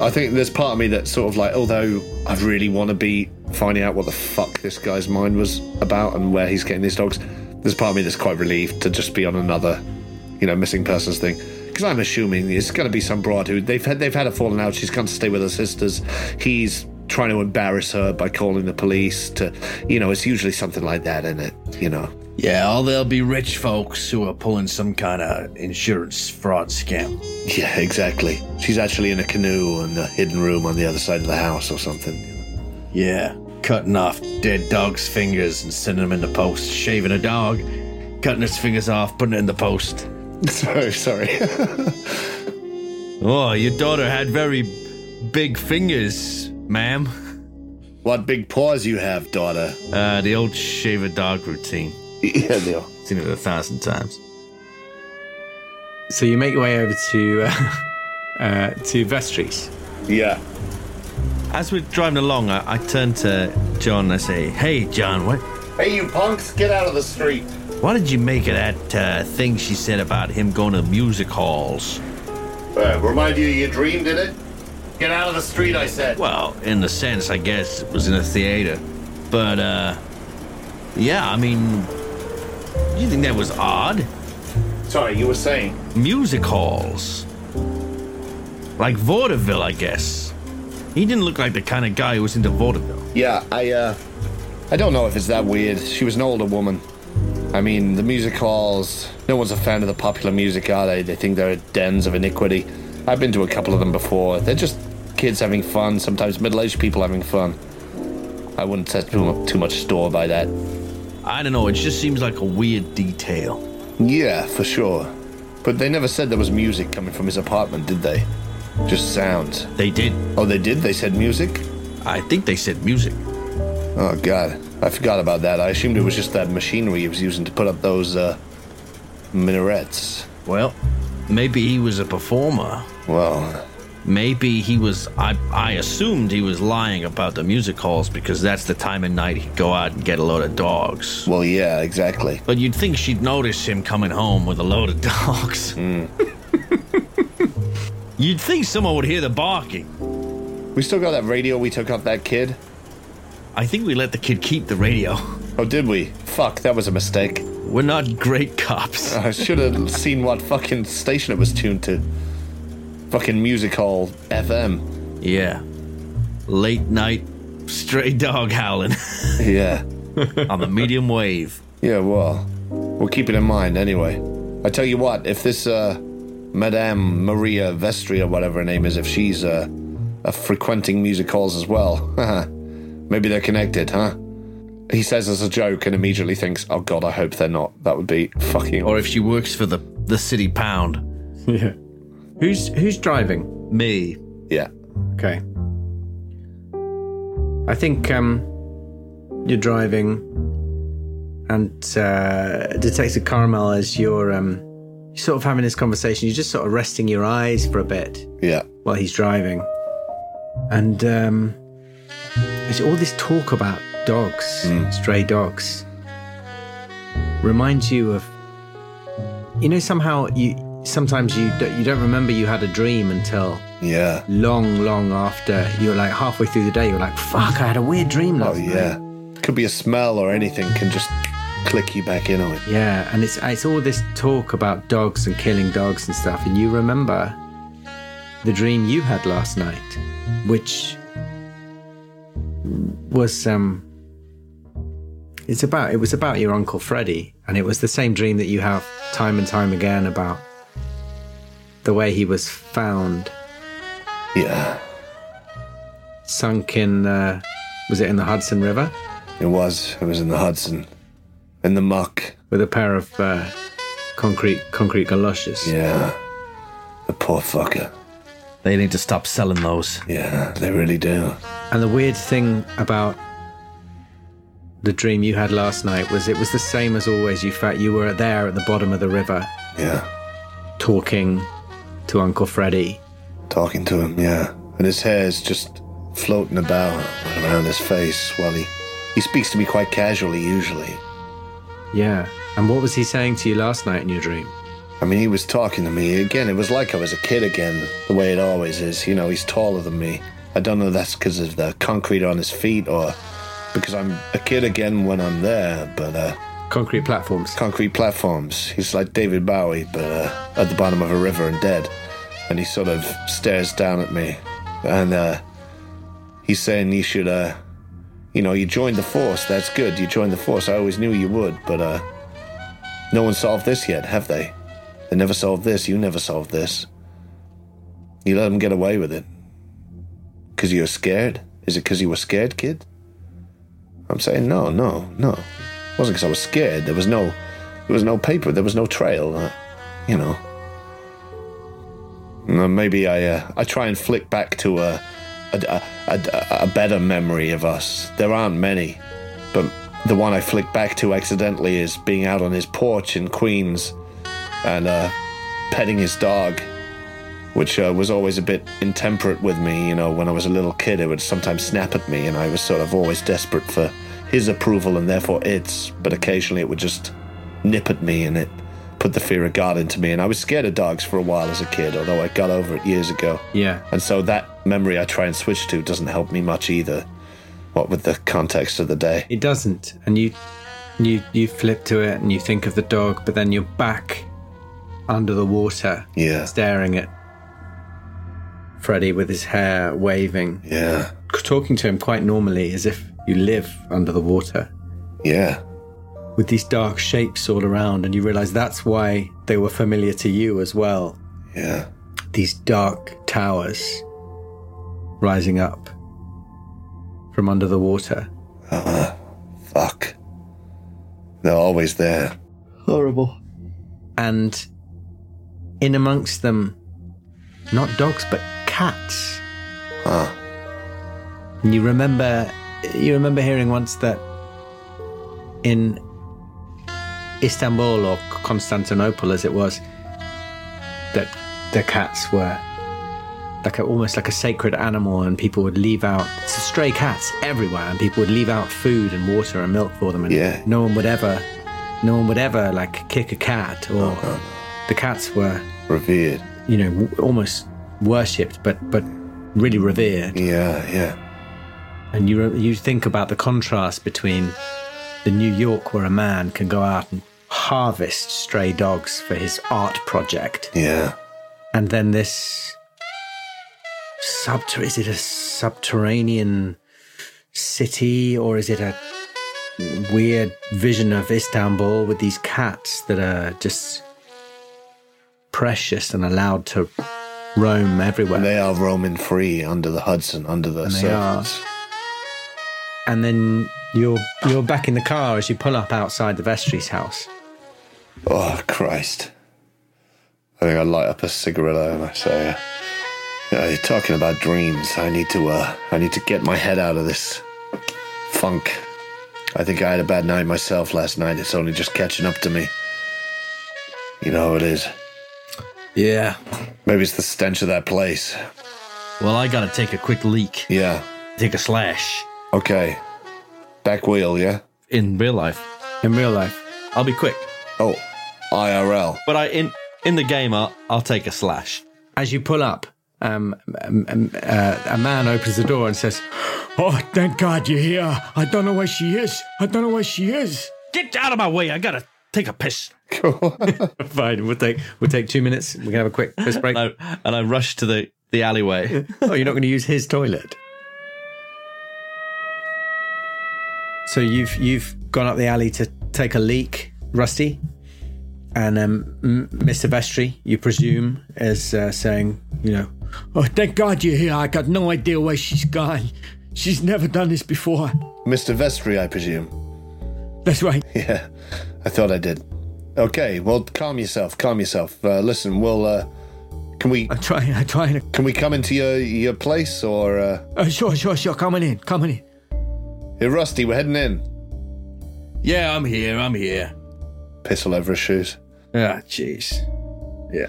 I think there's part of me that's sort of like, although I really want to be finding out what the fuck this guy's mind was about and where he's getting these dogs, there's part of me that's quite relieved to just be on another, you know, missing persons thing. Because I'm assuming it's going to be some broad who they've had they've had a falling out. She's gone to stay with her sisters. He's trying to embarrass her by calling the police. To you know, it's usually something like that, isn't it? You know.
Yeah, all there'll be rich folks who are pulling some kind of insurance fraud scam.
Yeah, exactly. She's actually in a canoe in a hidden room on the other side of the house or something. [LAUGHS]
Yeah, cutting off dead dog's fingers and sending them in the post. Shaving a dog, cutting its fingers off, putting it in the post.
Sorry, sorry. [LAUGHS]
Oh, your daughter had very big fingers, ma'am.
what big paws you have, daughter.
Uh, the old shave a dog routine.
[LAUGHS] yeah, they are.
Seen it a thousand times.
so you make your way over to uh, [LAUGHS] uh to vestry's
Yeah.
As we're driving along, I, I turn to John and I say, Hey, John, what,
Hey, you punks, get out of the street.
why did you make of that uh, thing she said about him going to music halls?
Uh, remind you, you dreamed in it? Get out of the street, I said.
Well, in the sense, I guess it was in a theater. But, uh, yeah, I mean, do you think that was odd?
Sorry, you were saying.
Music halls. Like vaudeville, I guess. He didn't look like the kind of guy who was into vaudeville.
Yeah, I, uh. I don't know if it's that weird. She was an older woman. I mean, the music halls, no one's a fan of the popular music, are they? They think they're dens of iniquity. I've been to a couple of them before. They're just kids having fun, sometimes middle aged people having fun. I wouldn't set too mu- too much store by that.
I don't know, it just seems like a weird detail.
Yeah, for sure. But they never said there was music coming from his apartment, did they? Just sounds.
They did.
Oh, they did? They said music?
I think they said music.
Oh, God. I forgot about that. I assumed it was just that machinery he was using to put up those, uh, minarets.
Well, maybe he was a performer.
Well,
Maybe he was. I, I assumed he was lying about the music halls because that's the time of night he'd go out and get a load of dogs.
well, yeah, exactly.
But you'd think she'd notice him coming home with a load of [LAUGHS] dogs. you'd think someone would hear the barking.
We still got that radio we took off that kid?
I think we let the kid keep the radio.
Oh, did we? Fuck, that was a mistake. [LAUGHS]
We're not great cops.
I should have seen what fucking station it was tuned to. Fucking music hall FM.
Yeah. Late night stray dog howling [LAUGHS]
Yeah.
on the medium wave.
Yeah, well, we'll keep it in mind anyway. I tell you what, if this, uh, Madame Maria Vestry or whatever her name is, if she's, uh, are frequenting music halls as well. [LAUGHS] Maybe they're connected, huh? He says as a joke and immediately thinks, oh god, I hope they're not. That would be fucking
Or if she works for the, the city pound,
Yeah. Who's who's driving?
me.
Yeah.
Okay. I think um, you're driving, and uh, Detective Carmel, as you're um, you're sort of having this conversation, you're just sort of resting your eyes for a bit
Yeah.
while he's driving, and um, there's all this talk about dogs,
Hmm.
stray dogs, reminds you of, you know, somehow you sometimes you don't, you don't remember you had a dream until
Yeah.
long, long after you're like halfway through the day, you're like, fuck, I had a weird dream
Oh
last night.
yeah. Could be a smell or anything can just click you back in on it.
Yeah, and it's it's all this talk about dogs and killing dogs and stuff, and you remember the dream you had last night, which was um it's about it was about your uncle Freddie, and it was the same dream that you have time and time again about the way he was found
Yeah.
sunk in uh, was it in the Hudson River?
It was. It was in the Hudson. In the muck.
with a pair of uh, concrete concrete galoshes.
Yeah. The poor fucker.
They need to stop selling those.
Yeah, they really do.
And the weird thing about the dream you had last night was it was the same as always. You felt you were there at the bottom of the river
Yeah.
talking to Uncle Freddy.
Talking to him, yeah. And his hair's just floating about around his face while he he speaks to me quite casually usually.
Yeah. And what was he saying to you last night in your dream?
I mean, he was talking to me again. It was like I was a kid again, the way it always is. You know, he's taller than me. I don't know if that's because of the concrete on his feet or because I'm a kid again when I'm there, but uh,
Concrete platforms.
concrete platforms. He's like David Bowie, but uh, at the bottom of a river and dead. And he sort of stares down at me. And uh, he's saying, You should, uh, you know, you joined the force. That's good. You joined the force. I always knew you would, but uh, no one solved this yet, have they? They never solved this. You never solved this. You let them get away with it. Because you were scared? Is it because you were scared, kid? I'm saying, No, no, no wasn't because I was scared. There was no, there was no paper. There was no trail. Uh, you know. No, maybe I, uh, I try and flick back to a, a, a, a, a better memory of us. There aren't many, but the one I flick back to accidentally is being out on his porch in Queens, and uh, petting his dog. Which uh, was always a bit intemperate with me, you know. When I was a little kid, it would sometimes snap at me, and I was sort of always desperate for his approval and therefore its, but occasionally it would just nip at me and it put the fear of God into me. And I was scared of dogs for a while as a kid, although I got over it years ago.
Yeah.
And so that memory I try and switch to doesn't help me much either, what with the context of the day.
It doesn't. And you you you flip to it and you think of the dog, but then you're back under the water.
Yeah.
Staring at Freddy with his hair waving.
Yeah.
talking to him quite normally as if you live under the water
Yeah.
with these dark shapes all around and you realize that's why they were familiar to you as well
Yeah.
these dark towers rising up from under the water
Fuck. They're always there.
Horrible.
and in amongst them not dogs but cats
Huh.
And you remember, you remember hearing once that in Istanbul or Constantinople, as it was, that the cats were like a, almost like a sacred animal, and people would leave out stray cats everywhere, and people would leave out food and water and milk for them, and
Yeah.
no one would ever, no one would ever like kick a cat, or the cats were,
Revered.
you know, w- almost worshipped, but but really revered
Yeah, yeah.
and you you think about the contrast between the New York where a man can go out and harvest stray dogs for his art project,
Yeah.
and then this subter is it a subterranean city or is it a weird vision of Istanbul with these cats that are just precious and allowed to roam everywhere.
They are roaming free under the Hudson, under the
they are.
surface.
and then you're you're back in the car as you pull up outside the vestry's house.
Oh, Christ. I think I light up a cigarette and I say, uh, yeah, you're talking about dreams. I need to, uh, I need to get my head out of this funk. I think I had a bad night myself last night. It's only just catching up to me. You know how it is.
Yeah.
Maybe it's the stench of that place.
Well, I gotta take a quick leak.
Yeah.
Take a slash.
Okay. Back wheel, yeah?
In real life,
In real life,
I'll be quick.
Oh, IRL.
But I in in the game, I'll, I'll take a slash.
as you pull up, um, um, um, uh, a man opens the door and says, "Oh, thank God you're here! I don't know where she is. I don't know where she is."
Get out of my way! I gotta take a piss.
Fine, we'll take we'll take two minutes. We can have a quick piss break.
I, and I rush to the, the
[LAUGHS]
alleyway.
Oh, you're not going to use his toilet. So you've you've gone up the alley to take a leak, Rusty, and um, M- Mr. Vestry, you presume, is uh, saying, you know, oh, thank God you're here. I got no idea where she's gone. She's never done this before.
Mr. Vestry, I presume. [LAUGHS]
That's right.
Yeah, I thought I did. Okay, well, calm yourself, calm yourself. Uh, listen, we'll, uh, can we
I'm trying. I'm trying. To...
can we come into your your place or uh,
Uh, sure, sure, sure. Coming in. Coming in.
hey Rusty, we're heading in.
Yeah, I'm here. I'm here.
Piss all over his shoes.
Ah, jeez. Yeah.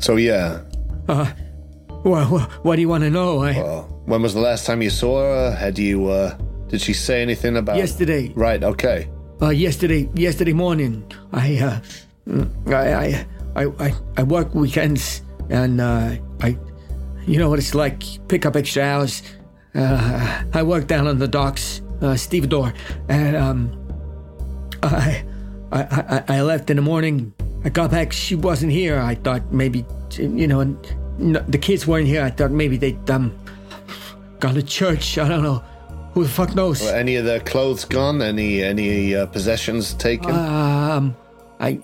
So yeah,
Uh, well, well, what do you want to know? eh?
well, when was the last time you saw her? Had you uh, did she say anything about
Yesterday,
Right. Okay.
Uh, yesterday, yesterday morning, I, uh, mm, I, I, I, I, I work weekends, and uh, I, you know what it's like, pick up extra hours. Uh, I work down on the docks, uh, stevedore, and um, I, I, I, I left in the morning. I got back, she wasn't here. I thought maybe, you know, and no, the kids weren't here. I thought maybe they'd um, gone to church. I don't know. Who the fuck knows?
Were any of their clothes gone? Any any uh, possessions taken?
Um, I.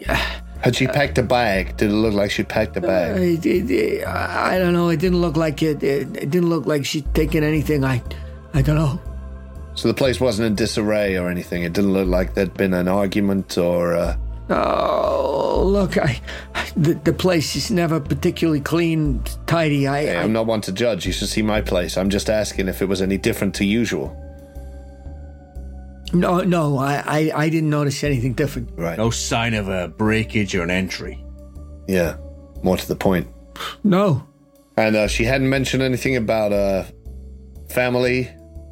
Had she packed a bag? Did it look like she packed a
Uh.
bag?
Uh, It, it, it, I I don't know. It didn't look like it. It, it didn't look like she'd taken anything. I, I don't know.
so the place wasn't in disarray or anything. It didn't look like there'd been an argument or. Uh,
Oh, look, I, the, the place is never particularly clean, tidy. I,
Hey, I'm not one to judge. You should see my place. I'm just asking if it was any different to usual.
I no, no, I, I, I didn't notice anything different.
Right.
No sign of a breakage or an entry.
Yeah. More to the point.
No,
And uh, she hadn't mentioned anything about uh, family,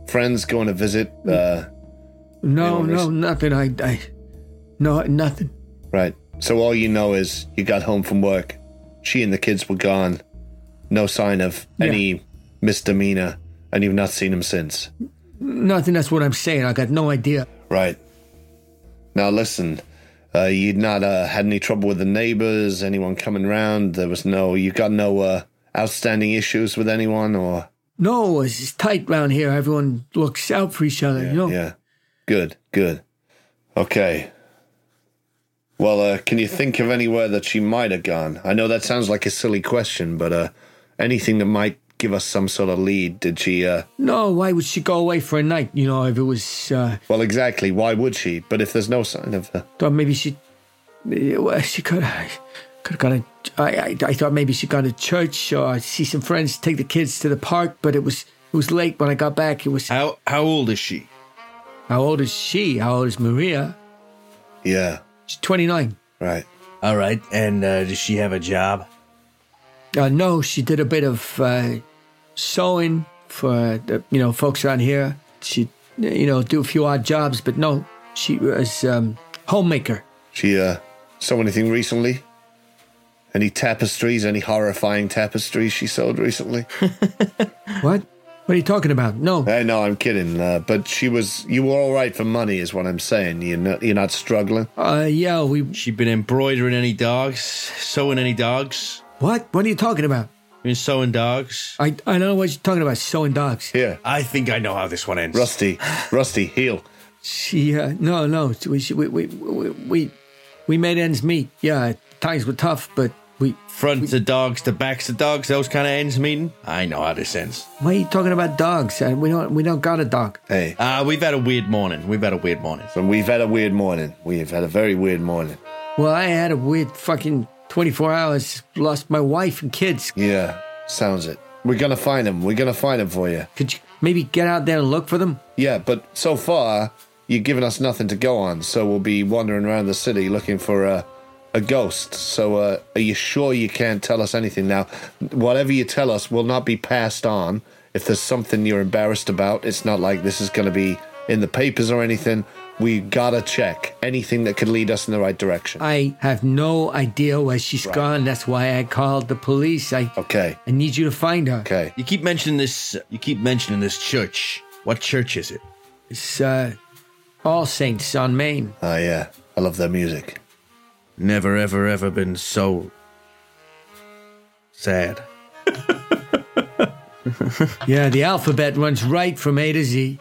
friends going to visit.
Mm.
Uh,
no,
Any
no,
worries?
nothing. I, I, no, nothing.
right. So all you know is you got home from work. She and the kids were gone. No sign of any misdemeanor, and you've not seen him since.
Nothing. That's what I'm saying. I got no idea.
Right. Now listen, uh, you'd not uh, had any trouble with the neighbors, anyone coming round. There was no, you got no uh, outstanding issues with anyone, or
No, it's just tight round here. Everyone looks out for each other, you know?
yeah. Good, good. Okay. Well, uh, can you think of anywhere that she might have gone? I know that sounds like a silly question, but uh, anything that might give us some sort of lead? Did she? Uh,
No, why would she go away for a night, you know, if it was, uh,
well, exactly. Why would she? But if there's no sign of her,
thought maybe she, eh, well, she could have, could have gone. To, I, I, I thought maybe she'd gone to church or see some friends, take the kids to the park. But it was it was late when I got back. It was
How how old is she?
how old is she? How old is Maria?
yeah,
She's twenty nine.
right.
All right. And uh, does she have a job?
Uh, no, she did a bit of uh, sewing for the, you know folks around here. She you know do a few odd jobs, but no, she was um, homemaker.
She uh saw anything recently? Any tapestries, any horrifying tapestries she sold recently? [LAUGHS]
What? What are you talking about? No,
hey, no, I'm kidding. Uh, but she was, you were all right for money, is what I'm saying. You're not, you're not struggling.
uh, yeah, we.
She been embroidering any dogs, sewing any dogs,
What? What are you talking about?
been sewing dogs.
I, I don't know what you're talking about. Sewing dogs.
Here,
I think I know how this one ends.
Rusty, Rusty, heal.
She uh, no no. We, she, we, we we we we made ends meet. Yeah, times were tough, but We
Fronts of dogs to backs of dogs, those kind of ends mean? I know how this ends.
why are you talking about dogs? Uh, we don't we don't got a dog.
Hey,
Ah, we've had a weird morning. We've had a weird morning.
and we've had a weird morning. We've had a very weird morning.
Well, I had a weird fucking twenty four hours. Lost my wife and kids.
Yeah, sounds it. We're gonna find him. We're gonna find him for you.
Could you maybe get out there and look for them?
Yeah, but so far you've given us nothing to go on, so we'll be wandering around the city looking for a a ghost. So, uh, are you sure you can't tell us anything now? Whatever you tell us will not be passed on. If there's something you're embarrassed about, it's not like this is going to be in the papers or anything. We gotta check anything that could lead us in the right direction.
I have no idea where she's gone. That's why I called the police. I
okay,
I need you to find her.
okay.
You keep mentioning this. You keep mentioning this church. What church is it?
It's uh, All Saints on Maine.
Ah, yeah, I love their music.
Never, ever, ever been so sad.
Yeah, the alphabet runs right from A to Z.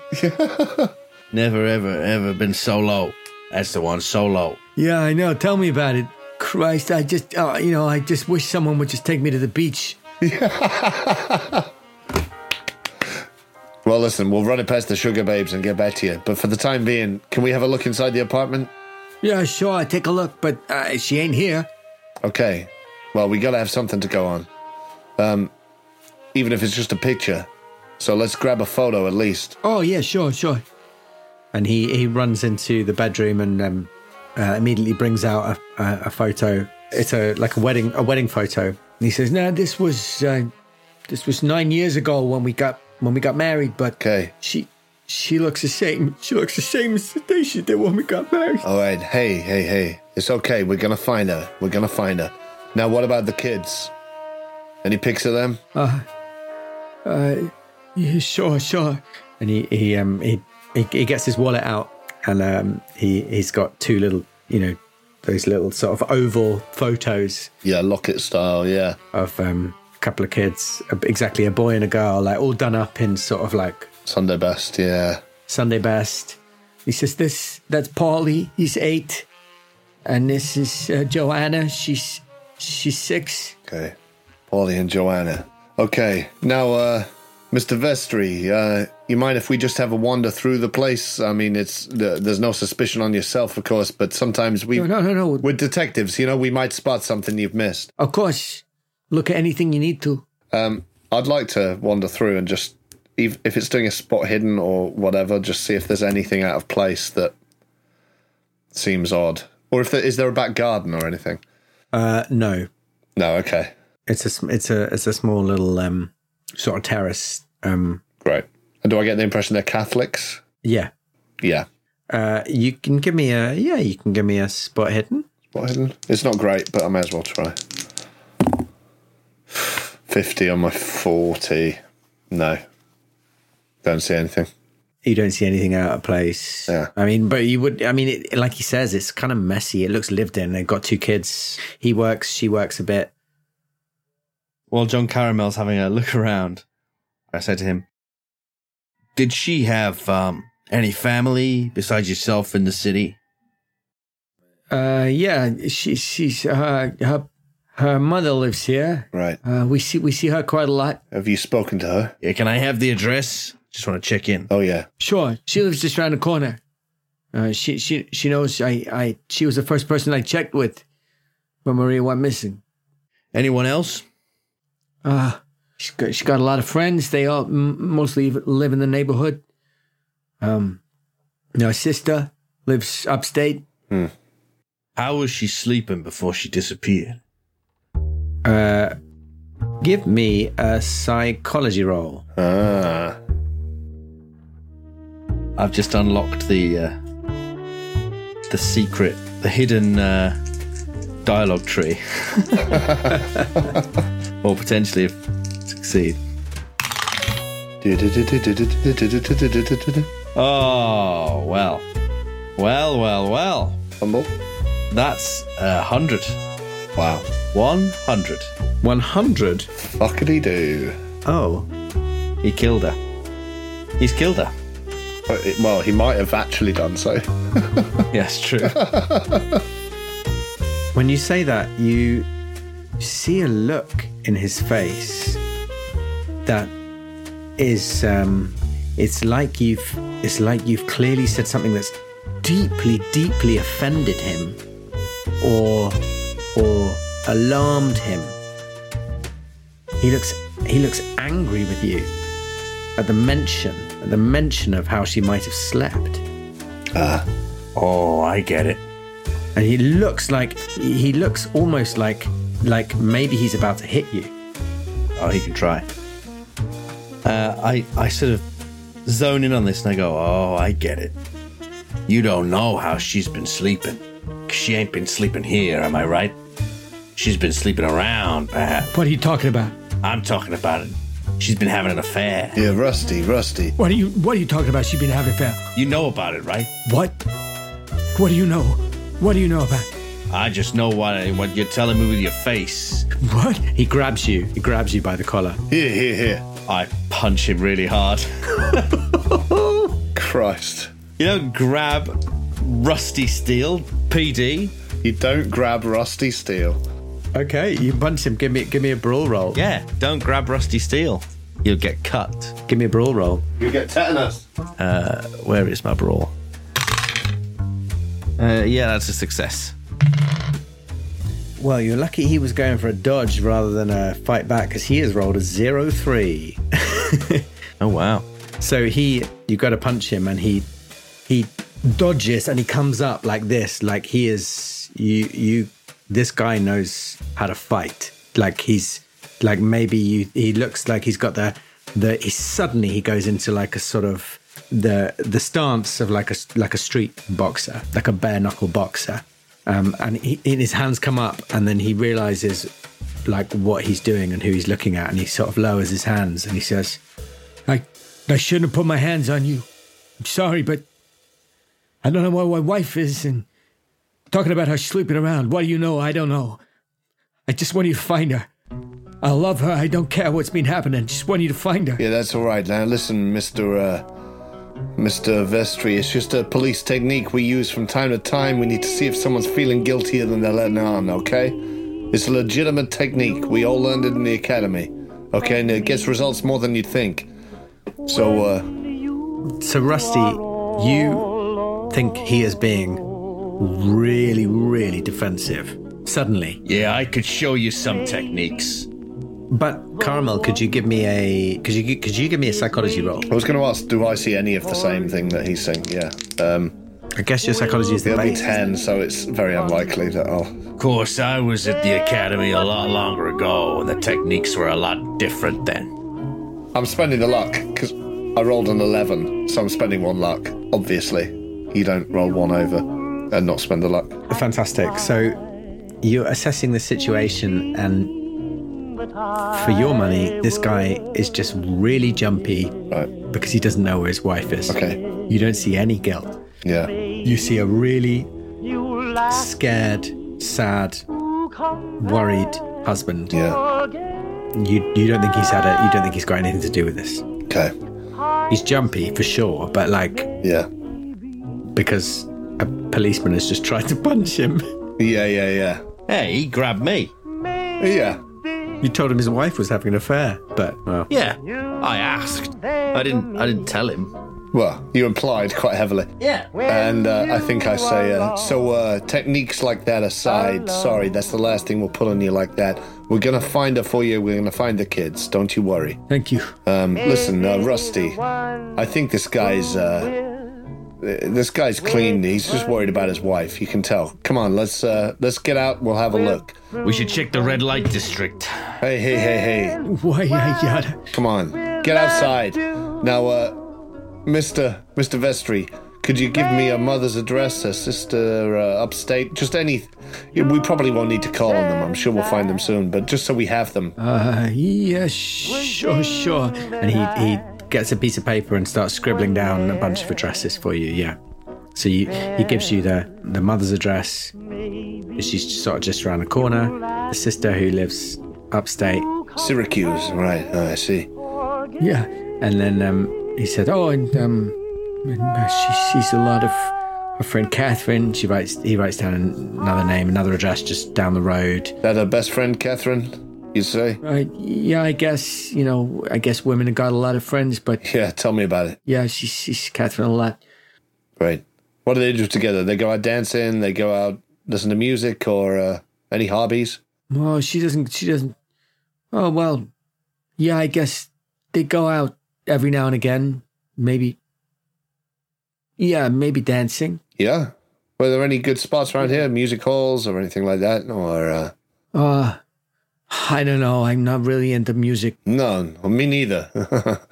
Never, ever, ever been so low. That's the one, so low.
Yeah, I know. Tell me about it. Christ, I just, uh, you know, I just wish someone would just take me to the beach.
Well, listen, we'll run it past the Sugar Babes and get back to you. But for the time being, can we have a look inside the apartment?
Yeah, sure, I take a look, but uh, she ain't here.
Okay. Well, we gotta have something to go on. Um, even if it's just a picture. So let's grab a photo at least.
Oh yeah, sure, sure. And he he runs into the bedroom and um, uh, immediately brings out a, a, a photo. It's a like a wedding a wedding photo. And he says, "No, this was uh, this was nine years ago when we got when we got married, but
Okay.
she she looks the same. She looks the same as the day she did when we got married."
All right. Hey, hey, hey. It's okay. We're gonna find her. We're gonna find her. Now, what about the kids? Any pics of them?
Uh, yeah, [LAUGHS] sure, sure. And he he um he he, he gets his wallet out and um he he's got two little you know those little sort of oval photos
Yeah, locket style. Yeah.
of um a couple of kids a- exactly a boy and a girl like all done up in sort of like
Sunday best. Yeah.
Sunday best. He says this that's Paulie he's 8 and this is uh, Joanna she's she's 6.
Okay. Paulie and Joanna. Okay. Now, uh, Mr. Vestry, uh, you mind if we just have a wander through the place? I mean, it's th- there's no suspicion on yourself, of course, but sometimes we
No no no no.
we're detectives. You know, we might spot something you've missed.
Of course. Look at anything you need to.
Um, I'd like to wander through and just if, if it's doing a spot hidden or whatever, just see if there's anything out of place that seems odd, or if there is there a back garden or anything.
Uh no.
No. Okay.
It's a sm- it's a it's a small little um sort of terrace um
Great. And do I get the impression they're Catholics?
yeah.
Yeah.
Uh you can give me a yeah, you can give me a spot hidden.
What hidden? It's not great, but I may as well try. 50 on my 40. No. Don't see anything.
You don't see anything out of place.
Yeah.
I mean, but you would. I mean, it, like he says, it's kind of messy. It looks lived in. They've got two kids. He works. She works a bit.
While John Caramel's having a look around, I said to him,
Did she have um, any family besides yourself in the city?
Uh, yeah. She, she's uh, her her mother lives here.
Right.
Uh, we see we see her quite a lot.
Have you spoken to her?
Yeah, can I have the address? Just want to check in.
Oh, yeah.
Sure, she lives just around the corner. Uh, she she she knows I I she was the first person I checked with when Maria went missing.
Anyone else?
Uh, she's got, she's got a lot of friends. They all m- mostly live in the neighborhood. Um, her sister lives upstate.
How was she sleeping before she disappeared?
Uh, give me a psychology roll.
Ah.
I've just unlocked the uh, the secret, the hidden uh, dialogue tree. [LAUGHS] or potentially succeed. Oh, well. Well, well, well.
Humble.
That's a hundred.
Wow.
One hundred.
One hundred.
Fuckity do.
Oh. He killed her. He's killed her.
Oh, Well, he might have actually done
[LAUGHS]
so.
[LAUGHS]
Yes, true.
When you say that, you
see a look in his face that is um, it's like you've it's like you've clearly said something that's deeply deeply offended him or or alarmed him he looks he looks angry with you at the mention at the mention of how she might have slept
Oh, I get it.
and he looks like he looks almost like like maybe he's about to hit you
Oh, he can try. Uh, I I sort of zone in on this and I go, oh, I get it.
You don't know how she's been sleeping. 'Cause She ain't been sleeping here, am I right? She's been sleeping around, perhaps.
what are you talking about
I'm talking about it. She's been having an affair.
Yeah, Rusty, Rusty.
What are you What are you talking about? She been having an affair?
You know about it, right?
What? What do you know? What do you know about?
I just know what, what you're telling me with your face.
What?
he grabs you he grabs you by the collar
Here, here, here.
I punch him really
[LAUGHS]
hard.
Christ.
You don't grab rusty steel, PD.
You don't grab Rusty Steel.
okay you punch him give me give me a brawl roll
Yeah, don't grab rusty steel. You'll get cut.
give me a brawl roll
You get tetanus.
Where is my brawl? Uh, yeah, that's a success.
Well, you're lucky he was going for a dodge rather than a fight back because he has rolled a zero three. [LAUGHS]
Oh wow.
So he, you got to punch him, and he, he dodges and he comes up like this, like he is you you. This guy knows how to fight. Like he's like maybe you. He looks like he's got the the. He suddenly he goes into like a sort of the the stance of like a like a street boxer, like a bare knuckle boxer. Um, and he, and his hands come up, and then he realizes like what he's doing and who he's looking at, and he sort of lowers his hands and he says,
I I shouldn't have put my hands on you. I'm sorry, but I don't know where my wife is and talking about her sleeping around. What do you know? I don't know. I just want you to find her. I love her. I don't care what's been happening. I just want you to find her.
Yeah, that's all right. Now listen, Mister. Uh, Mr. Vestry, it's just a police technique we use from time to time. We need to see if someone's feeling guiltier than they're letting on, okay? It's a legitimate technique. We all learned it in the academy, okay? And it gets results more than you'd think. So, uh,
So, Rusty, you think he is being really, really defensive suddenly.
Yeah, I could show you some techniques.
But Carmel, could you give me a could you could you give me a psychology roll?
I was going to ask, do I see any of the same thing that he's seeing? Yeah. Um,
I guess your psychology is the
it'll be
base.
10, so it's very unlikely that I'll.
Of course, I was at the academy a lot longer ago, and the techniques were a lot different then.
I'm spending a luck, because I rolled an 11, so I'm spending one luck, obviously. You don't roll one over and not spend a luck.
Fantastic. So you're assessing the situation, and for your money, this guy is just really jumpy
Right.
because he doesn't know where his wife is.
Okay.
You don't see any guilt.
Yeah.
You see a really
You laugh,
scared, sad, worried husband.
Yeah.
You you don't think he's had it. You don't think he's got anything to do with this.
Okay.
He's jumpy for sure, but like
Yeah.
because a policeman has just tried to [LAUGHS] punch him.
Yeah, yeah,
Hey, he grabbed me.
yeah. Yeah.
You told him his wife was having an affair, but well,
Yeah, I asked. I didn't. I didn't tell him.
Well, you implied quite heavily.
Yeah.
And uh, I think I say, uh, so uh, techniques like that aside, sorry, that's the last thing we'll pull on you like that. We're going to find her for you. We're going to find the kids. Don't you worry.
Thank you.
Um, listen, uh, Rusty, I think this guy's uh, this guy's clean. He's just worried about his wife. You can tell. Come on, let's uh, let's get out. We'll have a look.
We should check the red light district.
Hey, hey, hey, hey!
Why, I gotta.
Come on, get outside now, uh, Mister Mister Vestry. Could you give me a mother's address, a sister uh, upstate, just any? We probably won't need to call on them. I'm sure we'll find them soon, but just so we have them.
Uh, yeah, sure, sure.
and he he gets a piece of paper and starts scribbling down a bunch of addresses for you. Yeah. So you, he gives you the, the mother's address. She's sort of just around the corner. The sister who lives upstate,
Syracuse, right? Oh, I see.
Yeah.
and then um, he said,
Oh, and um, and, uh, she sees a lot of
Our friend Catherine, she writes, he writes down another name, another address just down the road.
That her best friend, Catherine, you say?
I, Uh, yeah, I guess, you know, I guess women have got a lot of friends, but
Yeah, tell me about it.
yeah, she sees Catherine a lot.
Right. What do they do together? They go out dancing, they go out listen to music or uh, any hobbies?
Oh, she doesn't, she doesn't. Oh, well, yeah, I guess they go out every now and again. Maybe, yeah, maybe dancing.
Yeah. Were there any good spots around here? Music halls or anything like that? Or uh,
Uh, I don't know. I'm not really into music.
none? Well, me neither. [LAUGHS]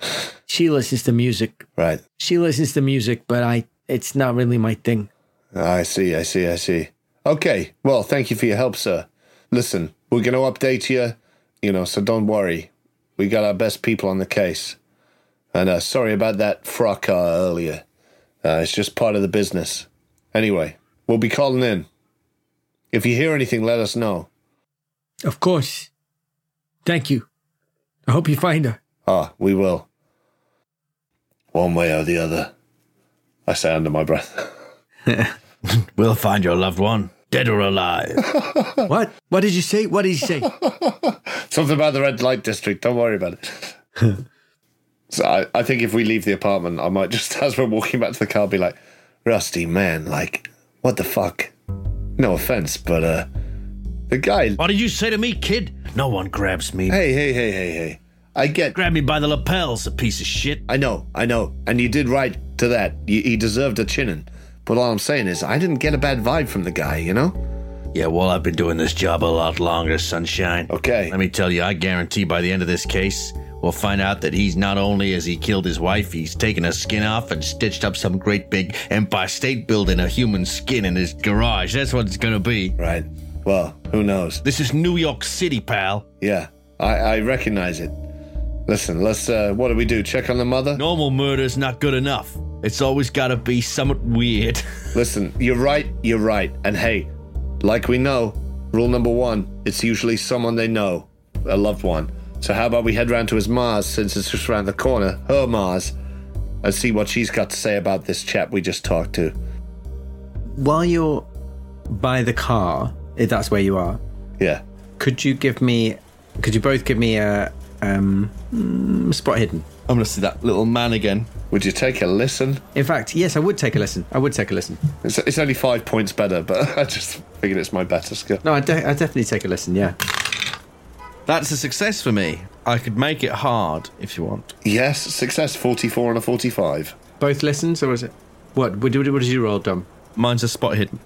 She listens to music.
right.
She listens to music, but I, it's not really my thing.
I see, I see, I see. Okay, well, thank you for your help, sir. Listen, we're going to update you, you know, so don't worry. We got our best people on the case. And uh, sorry about that frock car earlier. Uh, it's just part of the business. Anyway, we'll be calling in. If you hear anything, let us know.
Of course. Thank you. I hope you find her.
Ah, we will. One way or the other. I say under my breath. [LAUGHS]
We'll find your loved one, dead or alive.
What? What did you say? What did you say?
Something about the red light district. Don't worry about it. so I, I think if we leave the apartment, I might just, [LAUGHS] as we're walking back to the car, be like, Rusty, man, like, what the fuck? No offense, but uh, the guy.
[LAUGHS] what did you say to me, kid? No one grabs me.
Hey, hey, hey, hey, hey. I get.
Grab me by the lapels, a piece of shit.
I know, I know. And you did right to that. You, he deserved a chinning. But all I'm saying is, I didn't get a bad vibe from the guy, you know?
Yeah, well, I've been doing this job a lot longer, sunshine.
Okay.
Let me tell you, I guarantee by the end of this case, we'll find out that he's not only has he killed his wife, he's taken her skin off and stitched up some great big Empire State building of human skin in his garage. That's what it's gonna be.
Right. Well, who knows?
This is New York City, pal.
Yeah, I, I recognize it. Listen, let's. Uh, what do we do? Check on the mother?
Normal murder's not good enough. It's always gotta be somewhat weird. [LAUGHS]
Listen, you're right, you're right. And hey, like we know, rule number one, it's usually someone they know, a loved one. So how about we head round to his Mars, since it's just round the corner, her Mars, and see what she's got to say about this chap we just talked to.
While you're by the car, if that's where you are,
Yeah.
could you give me? Could you both give me a um, mm, spot hidden?
I'm gonna see that little man again.
Would you take a listen?
In fact, yes, I would take a listen. I would take a listen.
It's, it's only five points better, but [LAUGHS] I just figured it's my better skill.
No, I de- I'd definitely take a listen. Yeah.
That's a success for me. I could make it hard if you want.
Yes, success 44 and a 45.
Both listens, or is it? What? What did, what did you roll, Dom?
Mine's a spot hidden.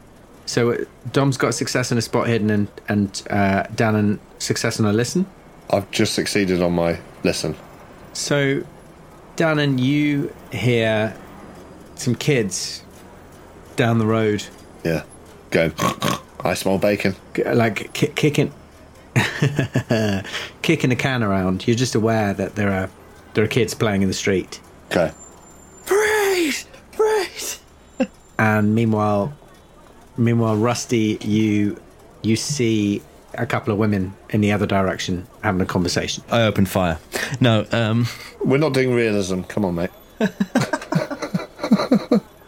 So uh, Dom's got success on a spot hidden, and and uh, Dan and success on a listen.
I've just succeeded on my listen.
So, Dan and you hear some kids down the road,
Yeah. Go. [LAUGHS] I smell bacon.
g- like ki- kicking, [LAUGHS] kicking a can around. You're just aware that there are there are kids playing in the street,
Okay.
and meanwhile, meanwhile, Rusty, you you see a couple of women in the other direction having a conversation.
I open fire. No, um,
We're not doing realism. Come on, mate.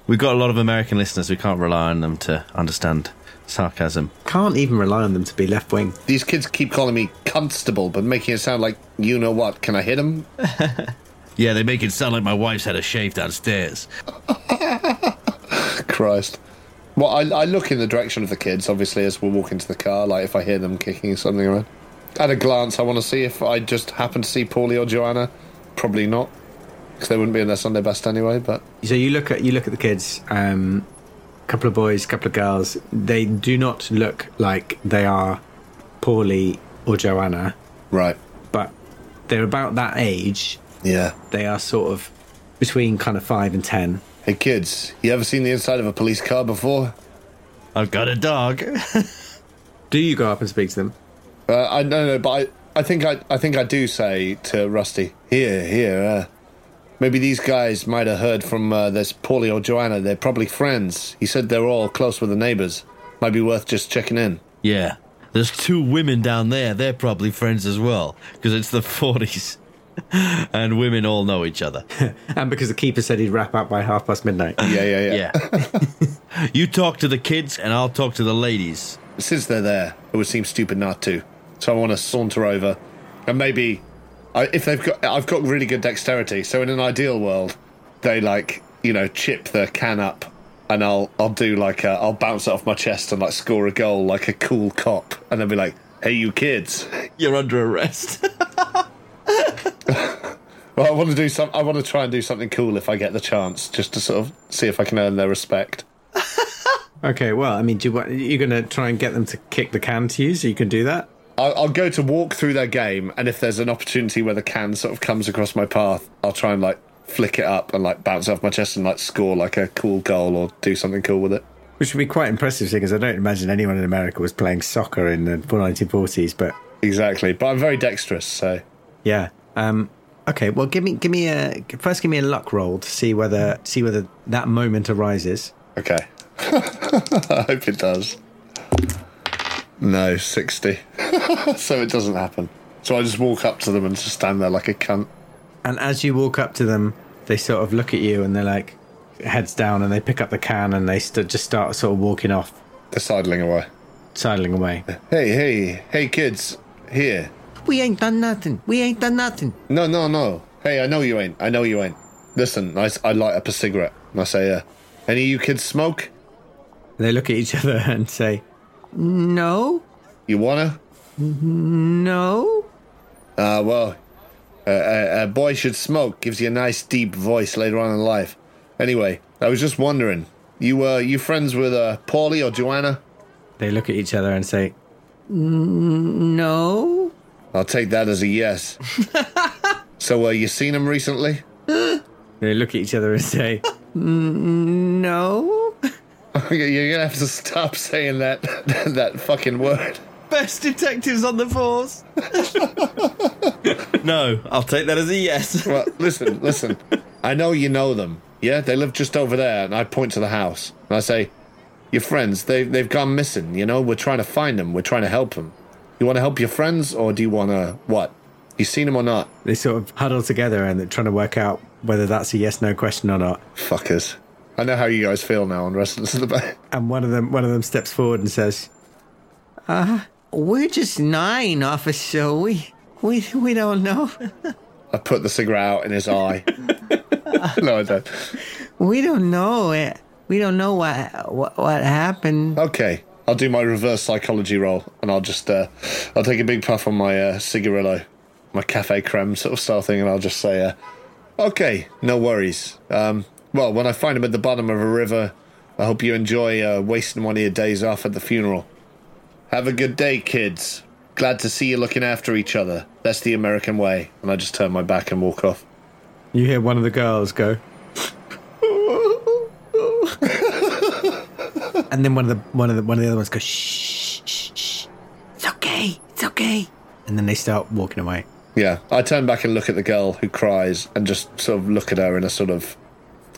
we've got a lot of American listeners. We can't rely on them to understand sarcasm.
Can't even rely on them to be left wing.
These kids keep calling me constable, but making it sound like you know what. Can I hit him?
Yeah, they make it sound like my wife's had a shave downstairs.
[LAUGHS] Christ. Well, I, I look in the direction of the kids, obviously, as we're walking to the car. Like if I hear them kicking something around. At a glance, I want to see if I just happen to see Paulie or Joanna. Probably not, because they wouldn't be in their Sunday best anyway. But
So you look at you look at the kids. Um, couple of boys, couple of girls. They do not look like they are Paulie or Joanna,
right,
but they're about that age.
yeah.
They are sort of between kind of five and ten.
Hey kids, you ever seen the inside of a police car before?
I've got a dog. [LAUGHS]
Do you go up and speak to them?
Uh, I no no, but I, I think I I think I do say to Rusty here here. Uh, maybe these guys might have heard from uh, this Paulie or Joanna. They're probably friends. He said they're all close with the neighbours. Might be worth just checking in.
[LAUGHS] yeah. There's two women down there. They're probably friends as well, because it's the 40s. and women all know each other.
and because the keeper said he'd wrap up by half past midnight.
Yeah, yeah, yeah.
Yeah. [LAUGHS] you talk to the kids, and I'll talk to the ladies.
Since they're there, it would seem stupid not to. So I want to saunter over, and maybe, I, if they've got, I've got really good dexterity. So in an ideal world, they like you know chip the can up, and I'll I'll do like a, I'll bounce it off my chest and like score a goal like a cool cop, and then be like, "Hey, you kids!"
You're under arrest. [LAUGHS]
Well, I want to do some. I want to try and do something cool if I get the chance, just to sort of see if I can earn their respect.
[LAUGHS] Okay, well, I mean, do you want, you're going to try and get them to kick the can to you so you can do that?
I'll, I'll go to walk through their game, and if there's an opportunity where the can sort of comes across my path, I'll try and like flick it up and like bounce off my chest and like score like a cool goal or do something cool with it.
Which would be quite impressive because I don't imagine anyone in America was playing soccer in the 1940s, but
Exactly, but I'm very dexterous, so
yeah. Um, okay, well, give me give me a first give me a luck roll to see whether see whether that moment arises.
okay. [LAUGHS] I hope it does. No, sixty, [LAUGHS] so it doesn't happen. So I just walk up to them and just stand there like a cunt.
And as you walk up to them, they sort of look at you and they're like heads down and they pick up the can and they st- just start sort of walking off,
They're sidling away.
sidling away.
Hey, hey, hey, kids, here.
We ain't done nothing. We ain't done nothing.
No, no, no. Hey, I know you ain't. I know you ain't. Listen, I, s- I light up a cigarette and I say, uh, any of you kids smoke?
They look at each other [LAUGHS] and say,
No,
You wanna?
no.
Uh, well, a, a, a boy should smoke. Gives you a nice deep voice later on in life. Anyway, I was just wondering, you uh, you friends with uh, Paulie or Joanna?
they look at each other and say,
No,
I'll take that as a yes. so, uh, you seen them recently? [LAUGHS]
they look at each other and say,
[LAUGHS] no.
You're gonna have to stop saying that [LAUGHS] that fucking word.
Best detectives on the force. no, I'll take that as a yes. [LAUGHS]
Well, listen, listen. I know you know them. Yeah, they live just over there, and I point to the house and I say, "Your friends, they they've gone missing. You know, we're trying to find them. We're trying to help them. You want to help your friends, or do you want to what? You seen them or not,
they sort of huddle together and they're trying to work out whether that's a yes no question or not.
fuckers? I know how you guys feel now on Residents of the Bay.
And one of them one of them steps forward and says,
We're just nine, officer. We, we, we don't know.
[LAUGHS] I put the cigarette out in his eye. [LAUGHS] no, I don't.
We don't know it. We don't know what what, what happened.
Okay, I'll do my reverse psychology roll, and I'll just uh, I'll take a big puff on my uh, cigarillo, my cafe creme sort of style thing, and I'll just say, uh, "Okay, no worries. Um, well, when I find him at the bottom of a river, I hope you enjoy uh, wasting one of your days off at the funeral. Have a good day, kids. Glad to see you looking after each other. That's the American way." And I just turn my back and walk off.
You hear one of the girls
[LAUGHS]
go, and then one of the one of the one of the other ones goes, shh, shh, shh.
It's okay. It's okay.
and then they start walking away.
Yeah, I turn back and look at the girl who cries and just sort of look at her in a sort of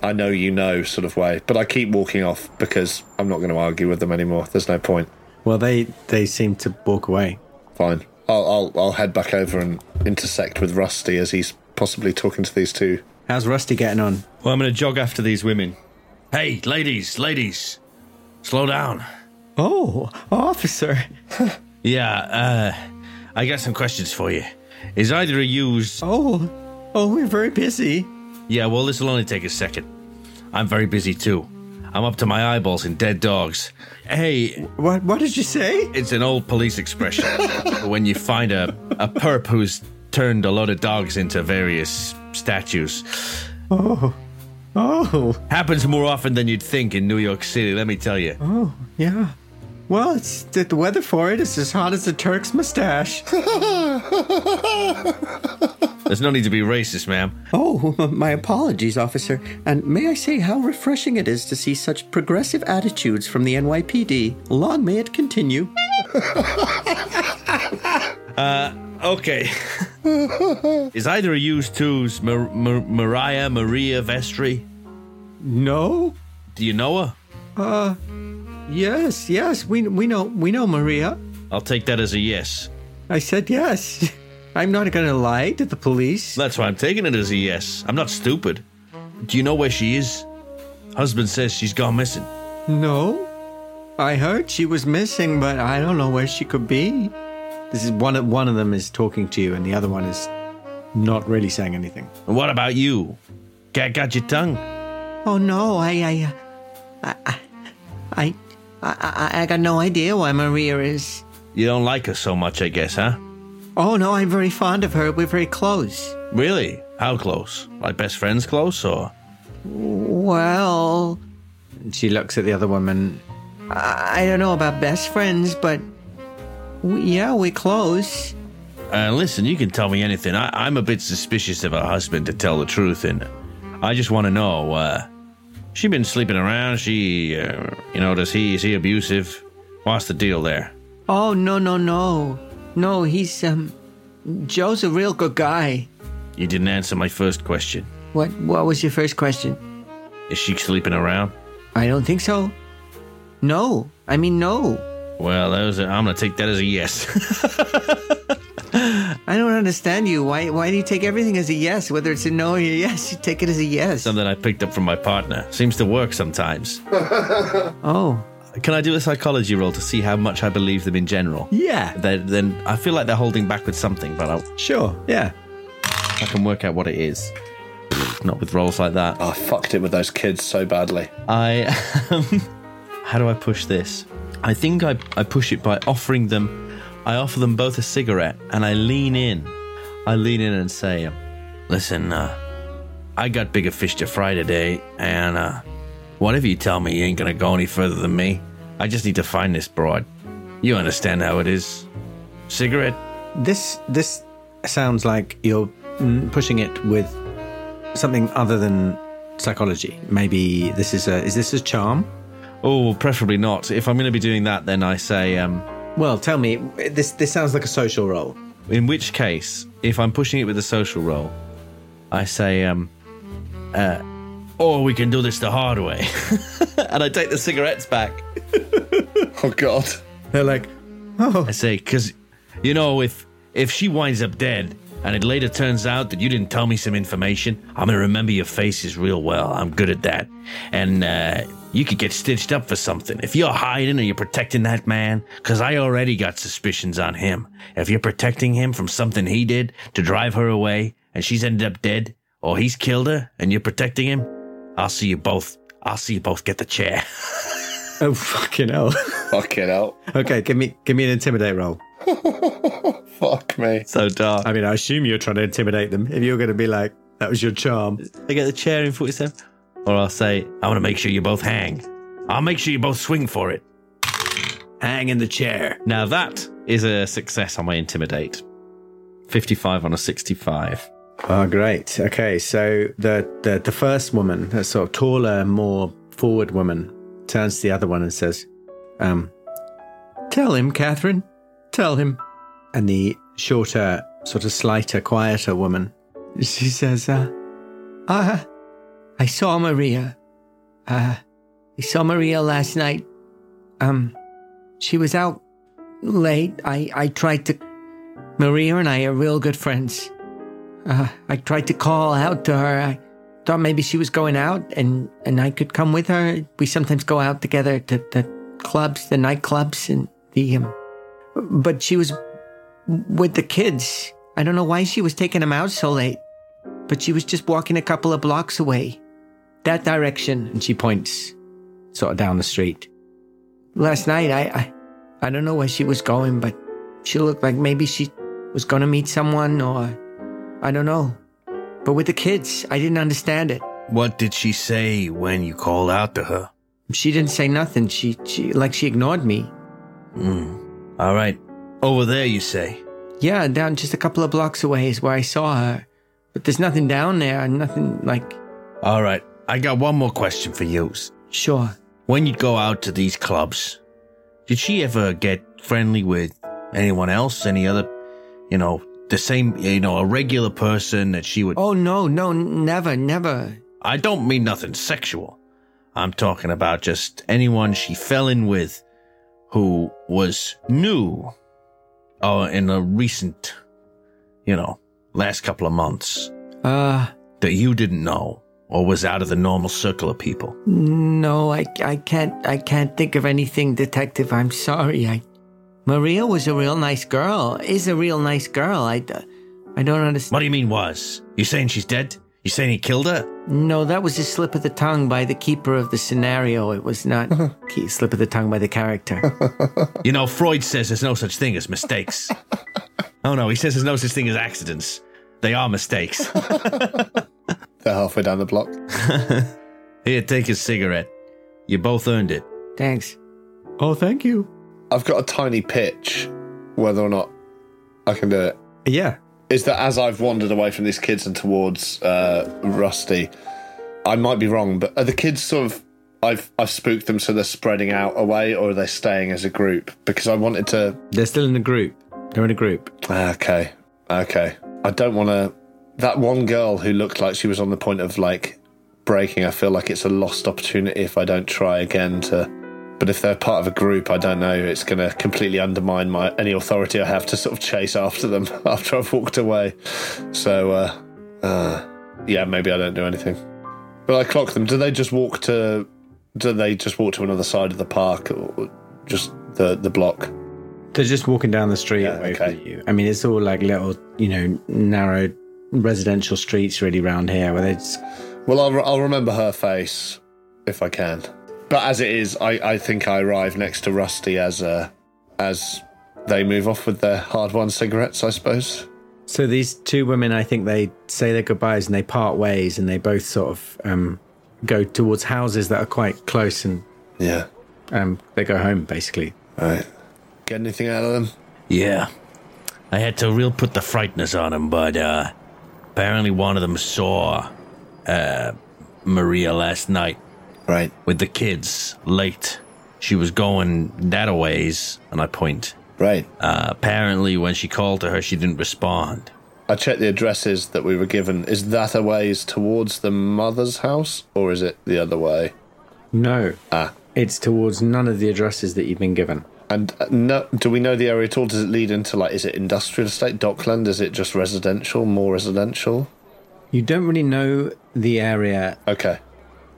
I know you know sort of way. But I keep walking off because I'm not going to argue with them anymore. There's no point.
Well, they they seem to walk away.
Fine. I'll, I'll, I'll head back over and intersect with Rusty as he's possibly talking to these two.
How's Rusty getting on?
Well, I'm going to jog after these women. Hey, ladies, ladies, slow down.
Oh, officer!
Yeah, uh, I got some questions for you. Is either of yous.
Oh, oh, we're very busy.
Yeah, well, this will only take a second. I'm very busy too. I'm up to my eyeballs in dead dogs. Hey,
What what did you say?
it's an old police expression [LAUGHS] when you find a, a perp who's turned a lot of dogs into various statues.
Oh,
Happens more often than you'd think in New York City, let me tell you.
yeah. Well, it's the the weather for it is as hot as the Turk's mustache.
There's no need to be racist, ma'am.
[LAUGHS] Oh, m- my apologies, officer. And may I say how refreshing it is to see such progressive attitudes from the NYPD. Long may it continue.
Okay. Is either of you two's Mar- Mar- Mariah Maria Vestry?
No.
Do you know her?
Yes, yes. We we know we know Maria.
I'll take that as a yes.
I said yes.
[LAUGHS] I'm not going to lie to the police.
That's why I'm taking it as a yes. I'm not stupid. Do you know where she is? Husband says she's gone missing.
No. I heard she was missing, but I don't know where she could be. This is one of, one of them is talking to you, and the other one is not really saying anything.
And what about you? Cat got your tongue?
Oh no, I, I, uh, I, I, I, I, I got no idea why Maria is.
You don't like her so much, I guess, huh?
Oh no, I'm very fond of her. We're very close.
Really? How close? Like best friends close, or?
Well,
And she looks at the other woman.
I I don't know about best friends, but we, yeah, we're close.
Uh, listen, you can tell me anything. I, I'm a bit suspicious of her husband, to tell the truth, and I just want to know. Uh, she been sleeping around. She, uh, you know, does he is he abusive? What's the deal there?
Oh no, no, no, no. He's um, Joe's a real good guy.
You didn't answer my first question.
What? What was your first question?
Is she sleeping around?
I don't think so. No, I mean no.
Well, that was a, I'm gonna take that as a yes. [LAUGHS]
I don't understand you. Why? Why do you take everything as a yes, whether it's a no or a yes? You take it as a yes.
Something I picked up from my partner seems to work sometimes.
Oh,
Can I do a psychology roll to see how much I believe them in general?
Yeah.
They- then I feel like they're holding back with something, but I,
Sure. Yeah.
I can work out what it is. Not with rolls like that.
Ah, I fucked it with those kids so badly. [LAUGHS]
I um, [LAUGHS] how do I push this? I think I, I push it by offering them I offer them both a cigarette and I lean in. I lean in and say, um, "Listen, uh, I got bigger fish to fry today and uh, whatever you tell me you ain't going to go any further than me. I just need to find this broad. You understand how it is. Cigarette
This this sounds like you're mm, pushing it with something other than psychology. Maybe this is a is this a charm?
Oh, preferably not. If I'm going to be doing that, then I say, um,
Well, tell me. This this sounds like a social role.
in which case, if I'm pushing it with a social role, I say, um, uh, or we can do this the hard way. [LAUGHS] and I take the cigarettes back.
Oh god.
They're like,
I say, because, you know, if if she winds up dead and it later turns out that you didn't tell me some information, I'm going to remember your faces real well. I'm good at that. And uh, you could get stitched up for something. If you're hiding or you're protecting that man, because I already got suspicions on him. If you're protecting him from something he did to drive her away and she's ended up dead, or he's killed her and you're protecting him, I'll see you both. I'll see you both get the chair. [LAUGHS]
oh fucking hell. [LAUGHS]
Fuck it out.
okay, give me give me an intimidate roll.
Fuck me.
so dark.
I mean, I assume you're trying to intimidate them. If you're going to be like, that was your charm.
They get the chair in 47. Or I'll say, I want to make sure you both hang. I'll make sure you both swing for it.
Hang in the chair.
Now that is a success on my intimidate. 55 on a 65.
Oh, great. Okay, so the, the, the first woman, that sort of taller, more forward woman, turns to the other one and says, um,
tell him, Catherine. Tell him.
and the shorter, sort of slighter, quieter woman,
She says, uh, uh, I saw Maria. Uh, I saw Maria last night. Um, she was out late. I, I tried to. Maria and I are real good friends. Uh, I tried to call out to her. I thought maybe she was going out and, and I could come with her. We sometimes go out together to the clubs, the nightclubs, and the. Um, but she was with the kids. I don't know why she was taking them out so late, but she was just walking a couple of blocks away. That direction.
and she points sort of down the street.
Last night, I, I, I don't know where she was going, but she looked like maybe she was going to meet someone or I don't know. But with the kids, I didn't understand it.
What did she say when you called out to her?
She didn't say nothing. She, she like she ignored me.
All right. Over there, you say.
Yeah, down just a couple of blocks away is where I saw her. But there's nothing down there, nothing like
All right. I got one more question for you.
sure.
When you'd go out to these clubs, did she ever get friendly with anyone else? Any other, you know, the same, you know, a regular person that she would.
Oh no, no, never, never.
I don't mean nothing sexual. I'm talking about just anyone she fell in with who was new or in a uh, recent you know, last couple of months
Uh,
that you didn't know or was out of the normal circle of people?
no, I, I can't, I can't think of anything, Detective. I'm sorry. I, Maria was a real nice girl. Is a real nice girl. I, d- I don't understand.
What do you mean was? You saying she's dead? You saying he killed her?
No, that was a slip of the tongue by the keeper of the scenario. It was not a slip of the tongue by the character.
You know, Freud says there's no such thing as
[LAUGHS]
mistakes. oh no, he says there's no such thing as accidents. They are
[LAUGHS]
mistakes.
They're halfway down the block.
Here, take a cigarette. You both earned it.
Thanks.
Oh, thank you.
I've got a tiny pitch, whether or not I can do it.
Yeah.
Is that as I've wandered away from these kids and towards uh, Rusty, I might be wrong, but are the kids sort of I've I've spooked them so they're spreading out away, or are they staying as a group? Because I wanted to.
They're still in a group. They're in a group.
Okay, okay. I don't want to. That one girl who looked like she was on the point of like breaking. I feel like it's a lost opportunity if I don't try again to. But if they're part of a group, I don't know. It's going to completely undermine my any authority I have to sort of chase after them [LAUGHS] after I've walked away. So, uh, uh, yeah, maybe I don't do anything. But I clock them. Do they just walk to? Do they just walk to another side of the park, or just the the block?
They're just walking down the street
Yeah,
away
okay.
from you. I mean, it's all like little, you know, narrow residential streets really round here where they just
Well, I'll, I'll remember her face if I can. But as it is, I, I think I arrive next to Rusty as uh, as they move off with their hard-won cigarettes, I suppose.
So these two women, I think they say their goodbyes and they part ways, and they both sort of um, go towards houses that are quite close, and
Yeah.
um, they go home basically.
All right. Get anything out of them?
Yeah. I had to real put the frighteners on him, but uh, apparently one of them saw uh, Maria last night
Right.
with the kids late. She was going that a ways, and I point.
Right.
Uh, apparently, when she called to her, she didn't respond.
I checked the addresses that we were given. Is that a ways towards the mother's house, or is it the other way?
No, uh,
Ah.
it's towards none of the addresses that you've been given.
And uh, no, do we know the area at all? Does it lead into like, is it industrial estate, dockland? Is it just residential, more residential?
You don't really know the area.
Okay.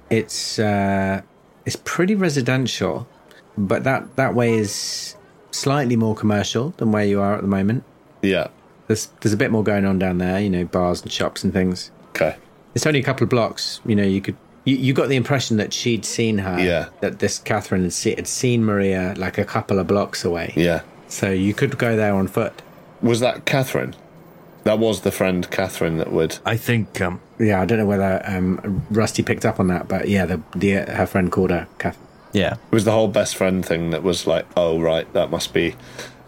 It's uh, it's pretty residential, but that that way is slightly more commercial than where you are at the moment.
Yeah.
There's there's a bit more going on down there, you know, bars and shops and things.
Okay.
It's only a couple of blocks. You know, you could. You, you got the impression that she'd seen her.
Yeah.
That this Catherine had, see, had seen Maria like a couple of blocks away.
Yeah.
So you could go there on foot.
Was that Catherine? That was the friend Catherine that would.
I think, um,
Yeah, I don't know whether um, Rusty picked up on that, but yeah, the, the uh, her friend called her Catherine.
yeah.
It was the whole best friend thing that was like, oh, right, that must be.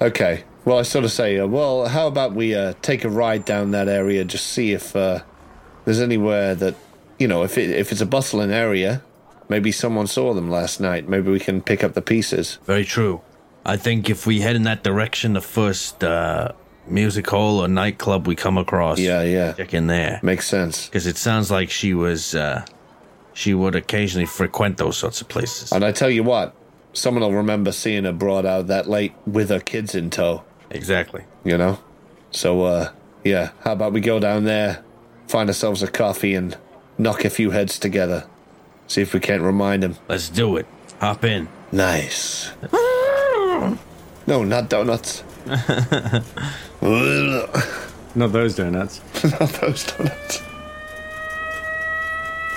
Okay. Well, I sort of say, uh, well, how about we uh, take a ride down that area, just see if uh, there's anywhere that, you know, if, it, if it's a bustling area, maybe someone saw them last night. Maybe we can pick up the pieces.
Very true. I think if we head in that direction, the first uh, music hall or nightclub we come across,
Yeah, yeah.
check in there
Makes sense.
because it sounds like she was. Uh, she would occasionally frequent those sorts of places.
And I tell you what, someone will remember seeing her brought out that late with her kids in tow.
Exactly.
you know? So, uh, yeah, how about we go down there, find ourselves a coffee, and knock a few heads together? See if we can't remind him.
Let's do it. Hop in.
Nice. no, not donuts. [LAUGHS] Ugh,
Not those donuts.
not those donuts.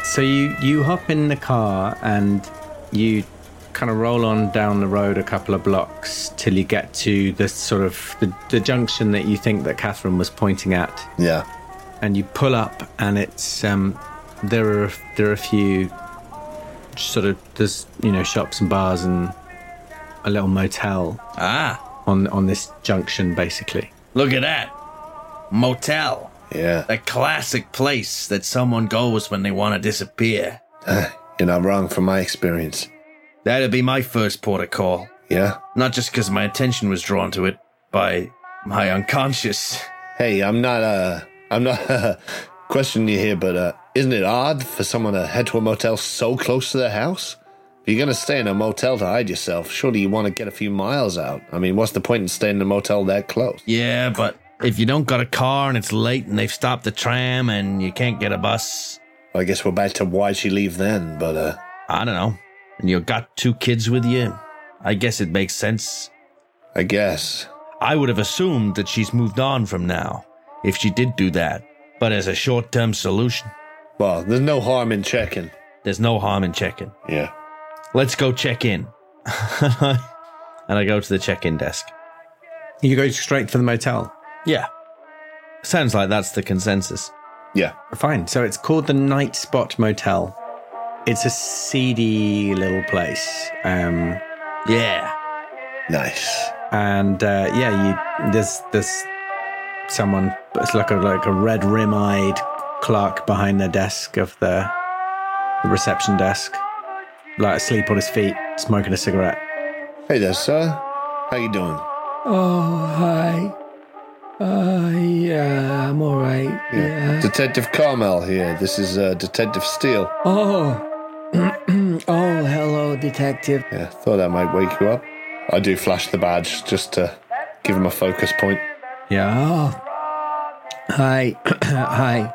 So you you hop in the car and you kind of roll on down the road a couple of blocks till you get to the sort of the, the junction that you think that Catherine was pointing at.
Yeah.
and you pull up and it's um there are there are a few sort of there's you know shops and bars and a little motel
Ah,
on on this junction basically
look at that. Motel.
Yeah.
That classic place that someone goes when they want to disappear.
You're not wrong from my experience.
That'd be my first port of call.
Yeah?
Not just because my attention was drawn to it by my unconscious.
Hey, I'm not, uh, I'm not, [LAUGHS] uh, questioning you here, but, uh, isn't it odd for someone to head to a motel so close to their house? If you're gonna stay in a motel to hide yourself, surely you want to get a few miles out. I mean, what's the point in staying in a motel that close?
Yeah, but If you don't got a car and it's late and they've stopped the tram and you can't get a bus,
I guess we're back to why she leave then, but uh,
I don't know, and you got two kids with you, I guess it makes sense.
I guess
I would have assumed that she's moved on from now, if she did do that. But as a short term solution,
well, there's no harm in checking.
there's no harm in checking.
Yeah.
Let's go check in. [LAUGHS] and I go to the check in desk.
You go straight for the motel.
Yeah. Sounds like that's the consensus.
Yeah.
Fine. So it's called the Night Spot Motel. It's a seedy little place. Um,
Yeah.
Nice.
and uh, yeah, you there's there's someone it's like a like a red rim eyed clerk behind the desk of the, the reception desk, like asleep on his feet, smoking a cigarette.
Hey there, sir. How you doing?
Oh, hi. Uh, yeah, I'm all right. Yeah.
Detective Carmel here. This is uh, Detective Steele.
Oh. oh, hello, detective.
Yeah, thought that might wake you up. I do flash the badge just to give him a focus point.
Yeah.
Oh. Hi. [COUGHS] hi.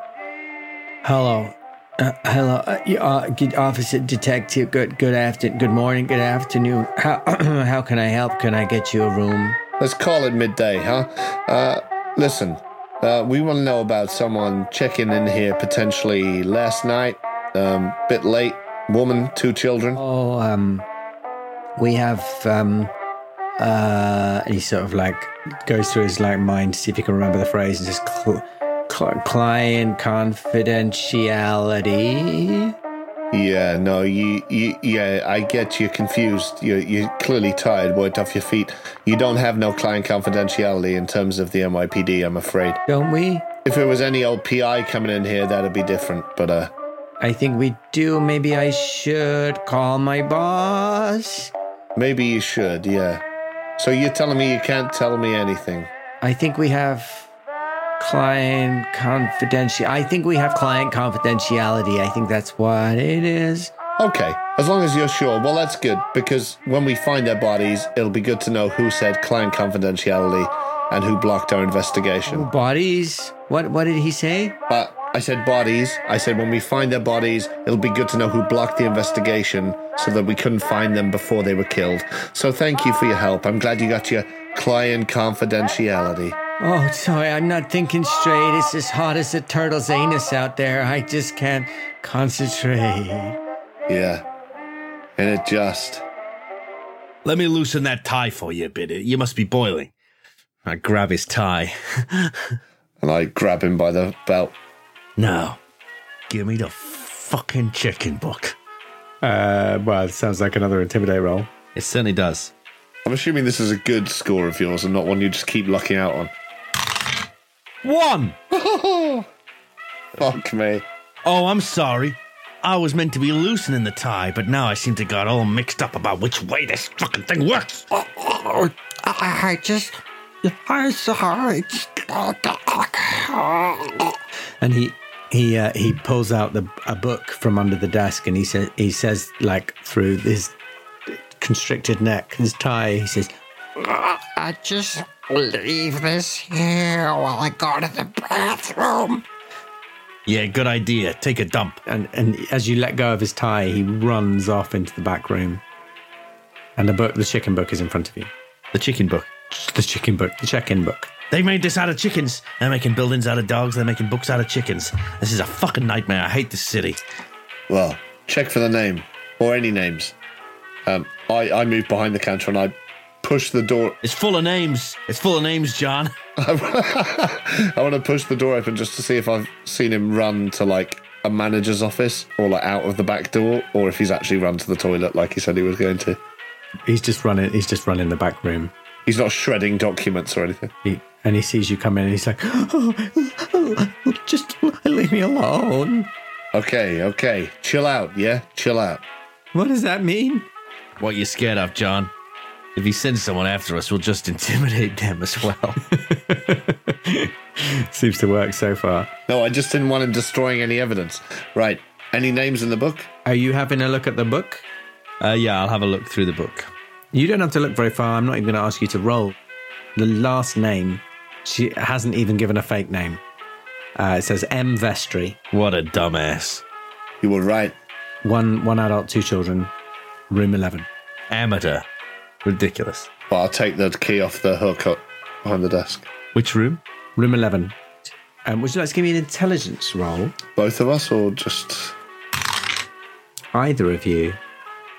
Hello. Uh, hello, uh, y- uh, good officer detective. Good, good after, good morning, good afternoon. How, [COUGHS] how can I help? Can I get you a room?
Let's call it midday, huh? Uh, listen, uh, we want to know about someone checking in here potentially last night, um, bit late, woman, two children.
Oh, um, we have, um,
Uh, and he sort of like goes through his like mind to see if he can remember the phrase and just cl- cl- client confidentiality.
Yeah, no, you, you, yeah, I get you confused. You're, you're clearly tired, worked off your feet. You don't have no client confidentiality in terms of the NYPD, I'm afraid.
don't we?
If it was any old PI coming in here, that'd be different, but, uh,
I think we do. Maybe I should call my boss.
Maybe you should, yeah. So you're telling me you can't tell me anything?
I think we have client confidential. I think we have client confidentiality. I think that's what it is.
Okay, as long as you're sure. Well, that's good, because when we find their bodies, it'll be good to know who said client confidentiality and who blocked our investigation.
Bodies. What? What did he say?
But I said bodies. I said when we find their bodies, it'll be good to know who blocked the investigation so that we couldn't find them before they were killed. So thank you for your help. I'm glad you got your client confidentiality.
Oh, sorry, I'm not thinking straight. It's as hot as a turtle's anus out there. I just can't concentrate.
Yeah. And it just.
Let me loosen that tie for you a bit. You must be boiling. I grab his tie.
And I grab him by the belt.
Now, give me the fucking chicken book.
Uh, well, it sounds like another intimidate roll.
It certainly does.
I'm assuming this is a good score of yours and not one you just keep lucking out on.
One!
Fuck me.
Oh, I'm sorry. I was meant to be loosening the tie, but now I seem to got all mixed up about which way this fucking thing works.
I just. I'm sorry.
And he he uh, he pulls out the a book from under the desk and he says he says like through his constricted neck, his tie. He says,
I just leave this here while I go to the bathroom.
Yeah, good idea. Take a dump.
and and as you let go of his tie, he runs off into the back room. And the book, the chicken book, is in front of you.
The chicken book.
The chicken book, the check-in book.
They made this out of chickens. They're making buildings out of dogs. They're making books out of chickens. This is a fucking nightmare. I hate this city.
Well, check for the name or any names. Um, I, I move behind the counter and I push the door. [LAUGHS]
It's full of names. It's full of names, John.
I want to push the door open just to see if I've seen him run to like a manager's office or like out of the back door or if he's actually run to the toilet like he said he was going to.
He's just running. He's just running the back room.
He's not shredding documents or anything.
He, and he sees you come in, and he's like, [GASPS] "Just leave me alone."
Okay, okay. Chill out, yeah? Chill out.
What does that mean?
What you scared of, John? If he sends someone after us, we'll just intimidate them as well.
Seems to work so far.
No, I just didn't want him destroying any evidence. Right. Any names in the book?
Are you having a look at the book?
uh, yeah, I'll have a look through the book.
You don't have to look very far. I'm not even going to ask you to roll. The last name She hasn't even given a fake name. Uh, it says M. Vestry.
What a dumbass.
You were right.
One one adult, two children, room eleven.
Amateur. Ridiculous.
But I'll take the key off the hook up behind the desk.
Which room?
Room eleven. Um, would you like to give me an intelligence roll?
Both of us, or just
Either of you,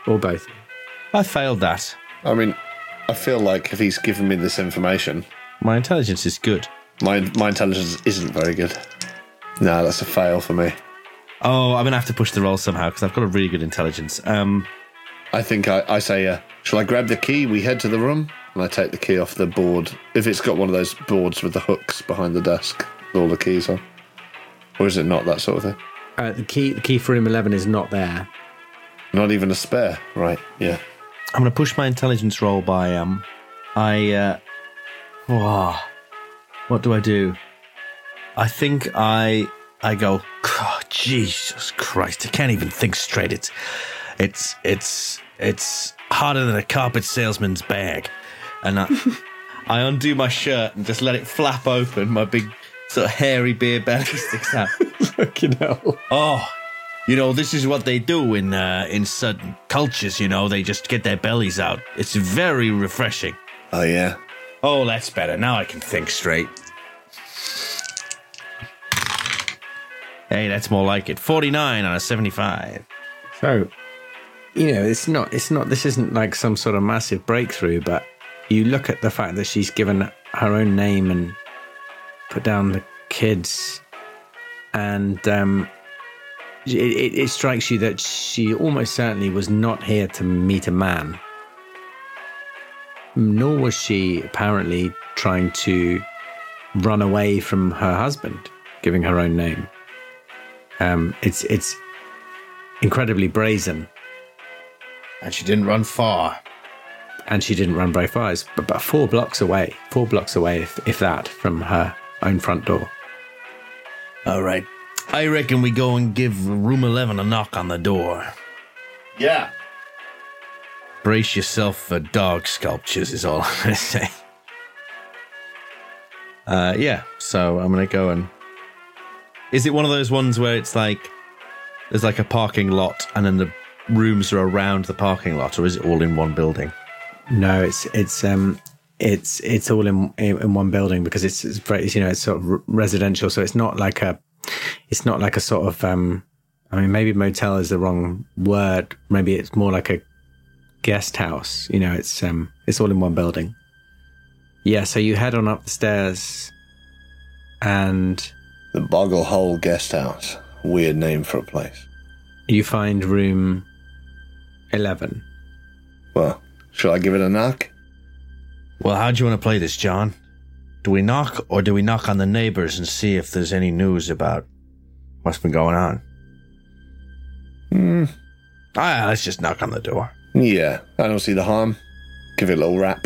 or both.
I failed that.
I mean, I feel like if he's given me this information,
My intelligence is good.
my my intelligence isn't very good. No, that's a fail for me.
Oh, I'm gonna have to push the roll somehow because I've got a really good intelligence. Um,
I think I, I say, uh, shall I grab the key? We head to the room, and I take the key off the board. If it's got one of those boards with the hooks behind the desk, with all the keys on, or is it not that sort of thing?
Uh, the key the key for room eleven is not there.
Not even a spare, right? Yeah.
I'm gonna push my intelligence roll by um, I uh, whoa, what do I do? I think I I go. Oh, Jesus Christ! I can't even think straight. It's it's it's it's harder than a carpet salesman's bag, and I [LAUGHS] I undo my shirt and just let it flap open. My big sort of hairy beer belly sticks out.
[LAUGHS] Fucking hell.
Oh, you know, this is what they do in uh, in certain cultures. You know, they just get their bellies out. It's very refreshing.
Oh yeah.
Oh, that's better. Now I can think straight. Hey, that's more like it. Forty nine on a seventy five.
So, you know, it's not, it's not, this isn't like some sort of massive breakthrough, but you look at the fact that she's given her own name and put down the kids, and um, it, it, it strikes you that she almost certainly was not here to meet a man. Nor was she apparently trying to run away from her husband, giving her own name. Um, it's it's incredibly brazen,
And she didn't run far.
and she didn't run very far. It's but, but four blocks away, four blocks away, if, if that, from her own front door.
All right. I reckon we go and give room eleven a knock on the door.
Yeah.
Brace yourself for dog sculptures, is all [LAUGHS] I'm going to say. Uh, yeah, so I'm going to go and. Is it one of those ones where it's like there's like a parking lot and then the rooms are around the parking lot, or is it all in one building?
No, it's it's um it's it's all in in, in one building because it's, it's very you know it's sort of r- residential, so it's not like a it's not like a sort of um I mean maybe motel is the wrong word, maybe it's more like a guest house. You know, it's um it's all in one building. Yeah, so you head on up the stairs and
The Boggle Hole Guest House. Weird name for a place.
you find room 11.
Well, shall I give it a knock?
Well, how do you want to play this, John? Do we knock, or do we knock on the neighbors and see if there's any news about what's been going on?
Hmm.
Ah, let's just knock on the door.
Yeah. I don't see the harm. Give it a little rap.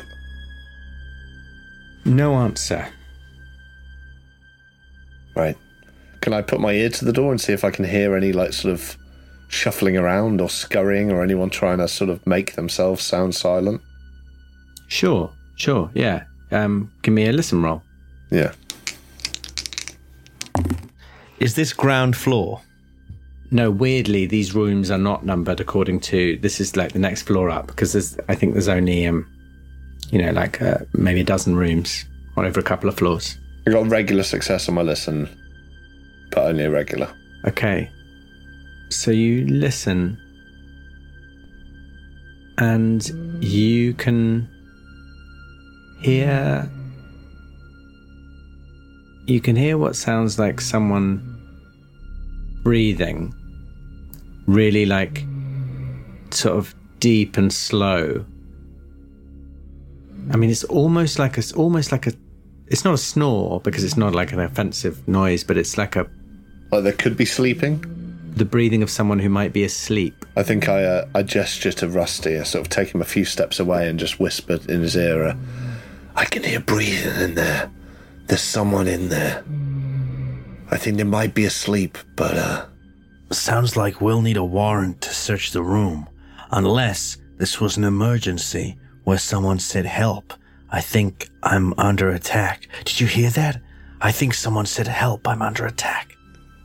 No answer.
Right. Can I put my ear to the door and see if I can hear any like sort of shuffling around or scurrying or anyone trying to sort of make themselves sound silent?
Sure, sure, yeah. Um, give me a listen roll.
Yeah.
Is this ground floor?
No, weirdly, these rooms are not numbered according to this is like the next floor up because there's I think there's only um, you know, like uh, maybe a dozen rooms on over a couple of floors.
I got regular success on my listen, but only a regular.
Okay, so you listen, and you can hear. You can hear what sounds like someone breathing really like sort of deep and slow i mean it's almost like a it's almost like a it's not a snore because it's not like an offensive noise but it's like a
Like they could be sleeping.
the breathing of someone who might be asleep
I think I uh, I gesture to Rusty, I sort of take him a few steps away and just whispered in his ear, uh, "I can hear breathing in there. There's someone in there. I think they might be asleep, but uh,
Sounds like we'll need a warrant to search the room. Unless this was an emergency where someone said help
I think I'm under attack. Did you hear that? I think someone said, Help, I'm under attack.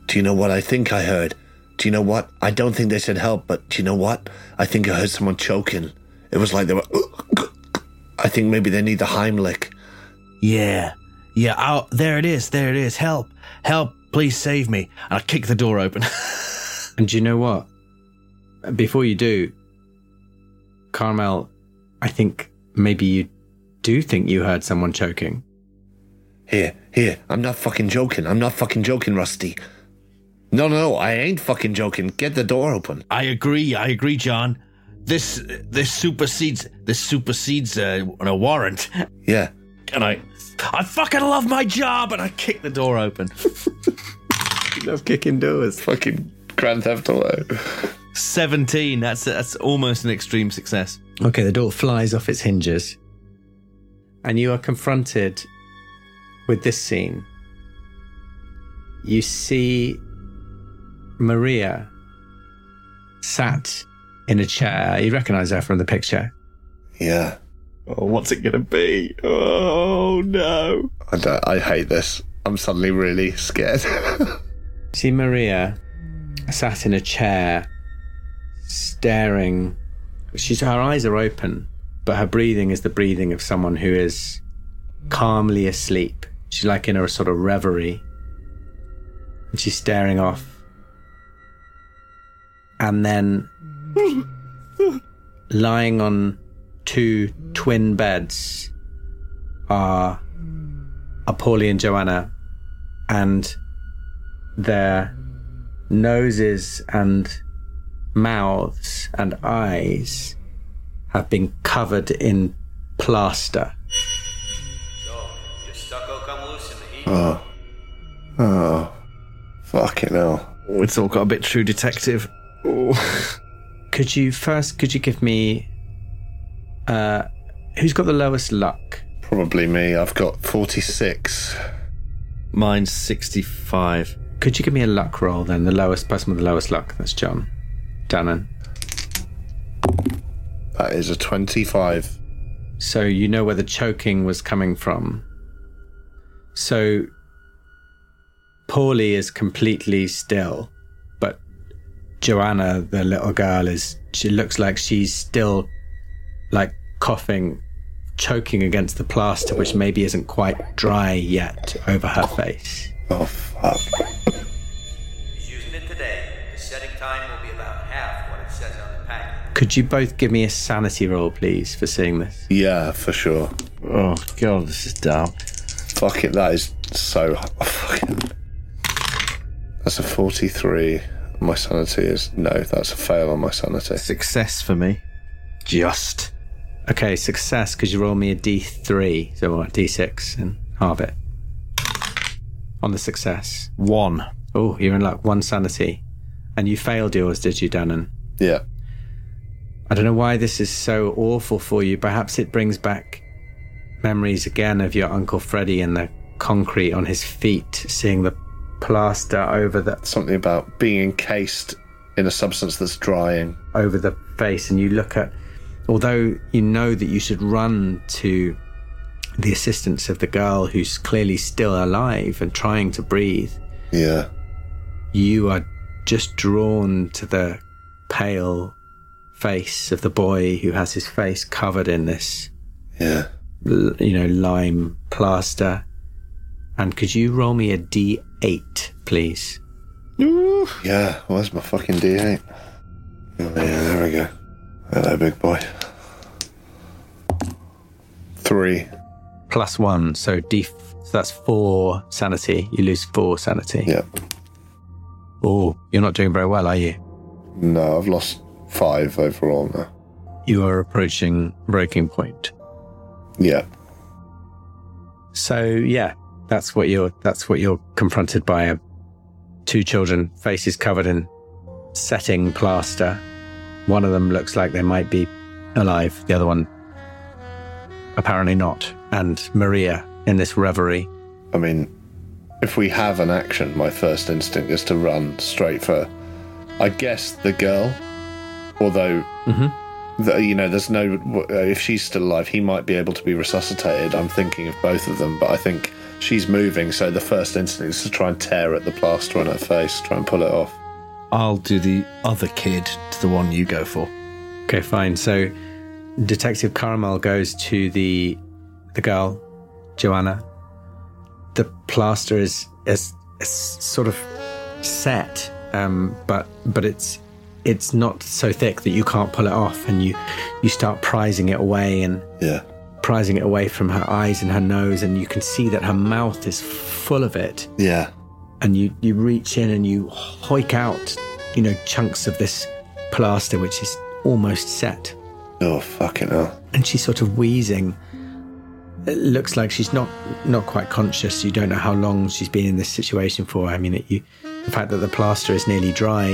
Do you know what I think I heard? Do you know what? I don't think they said help, but do you know what? I think I heard someone choking. It was like they were. I think maybe they need the Heimlich.
Yeah. Yeah, oh, there it is. There it is. Help. Help. Please save me. And I kick the door open. [LAUGHS]
And do you know what? Before you do, Carmel, I think maybe you do think you heard someone choking.
Here, here. I'm not fucking joking. I'm not fucking joking, Rusty. No, no, no. I ain't fucking joking. Get the door open.
I agree. I agree, John. This this supersedes this supersedes
uh,
a,
[LAUGHS]
a warrant.
Yeah.
And I I fucking love my job, and I kick the door open.
love kicking doors.
Fucking Grand Theft Auto.
Seventeen. That's that's almost an extreme success.
Okay, the door flies off its hinges. And you are confronted with this scene. You see Maria sat in a chair. You recognize her from the picture.
Yeah.
Oh, what's it gonna be? Oh no!
I, don't, I hate this. I'm suddenly really scared. [LAUGHS]
See Maria sat in a chair, staring. She's her eyes are open, but her breathing is the breathing of someone who is calmly asleep. She's like in a sort of reverie, and she's staring off. And then, lying on two twin beds, are Apolly and Joanna, and their noses and mouths and eyes have been covered in plaster.
Oh. Oh. Fucking hell.
It's all got a bit true detective.
[LAUGHS] Could you first? Could you give me? Uh, who's got the lowest luck?
Probably me. I've got 46.
Mine's sixty-five.
Could you give me a luck roll then? The lowest person with the lowest luck. That's John. Dannon.
That is a 25.
So you know where the choking was coming from. So Paulie is completely still, but Joanna, the little girl, is she looks like she's still like coughing, choking against the plaster, which maybe isn't quite dry yet over her face.
Oh, fuck.
He's using it today. The setting time will be about half what it says on the packet.
Could you both give me a sanity roll, please, for seeing this?
Yeah, for sure.
Oh god, this is dark.
Fuck it. That is so. [LAUGHS] Fucking. That's a 43. My sanity is. No, that's a fail on my sanity.
Success for me. Just.
Okay, success. Could you roll me a d3? So what? D6 and halve it on the success.
One.
Oh, you're in luck. One sanity, and you failed yours, did you, Dannon?
Yeah.
I don't know why this is so awful for you. Perhaps it brings back memories again of your Uncle Freddy and the concrete on his feet, seeing the plaster over the
Something about being encased in a substance that's drying.
over the face and you look at although you know that you should run to the assistance of the girl who's clearly still alive and trying to breathe
Yeah.
you are just drawn to the pale face of the boy who has his face covered in this
Yeah.
l- you know lime plaster and could you roll me a d8 please
Yeah. Where's my fucking D8? Oh, yeah, there we go. Hello, big boy. Three.
plus 1 so d so that's 4 sanity you lose 4 sanity
Yeah.
oh you're not doing very well are you
No, I've lost five overall now.
you are approaching breaking point.
Yeah.
So yeah, that's what you're that's what you're confronted by. Uh, Two children, faces covered in setting plaster. One of them looks like they might be alive. The other one, apparently not. And Maria in this reverie.
I mean, if we have an action, my first instinct is to run straight for, I guess, the girl. Although The- you know, there's no. w- uh, If she's still alive, he might be able to be resuscitated. I'm thinking of both of them, but I think she's moving, so the first instinct is to try and tear at the plaster on her face, try and pull it off.
I'll do the other kid to the one you go for.
Okay, fine. So Detective Caramel goes to the the girl, Joanna. The plaster is is, is sort of set, um, but but it's it's not so thick that you can't pull it off, and you you start prizing it away and
yeah.
prizing it away from her eyes and her nose, and you can see that her mouth is full of it
Yeah.
and you, you reach in and you hoik out, you know, chunks of this plaster which is almost set.
Oh fucking hell!
And she's sort of wheezing. It looks like she's not not quite conscious. You don't know how long she's been in this situation for. I mean, it, you, the fact that the plaster is nearly dry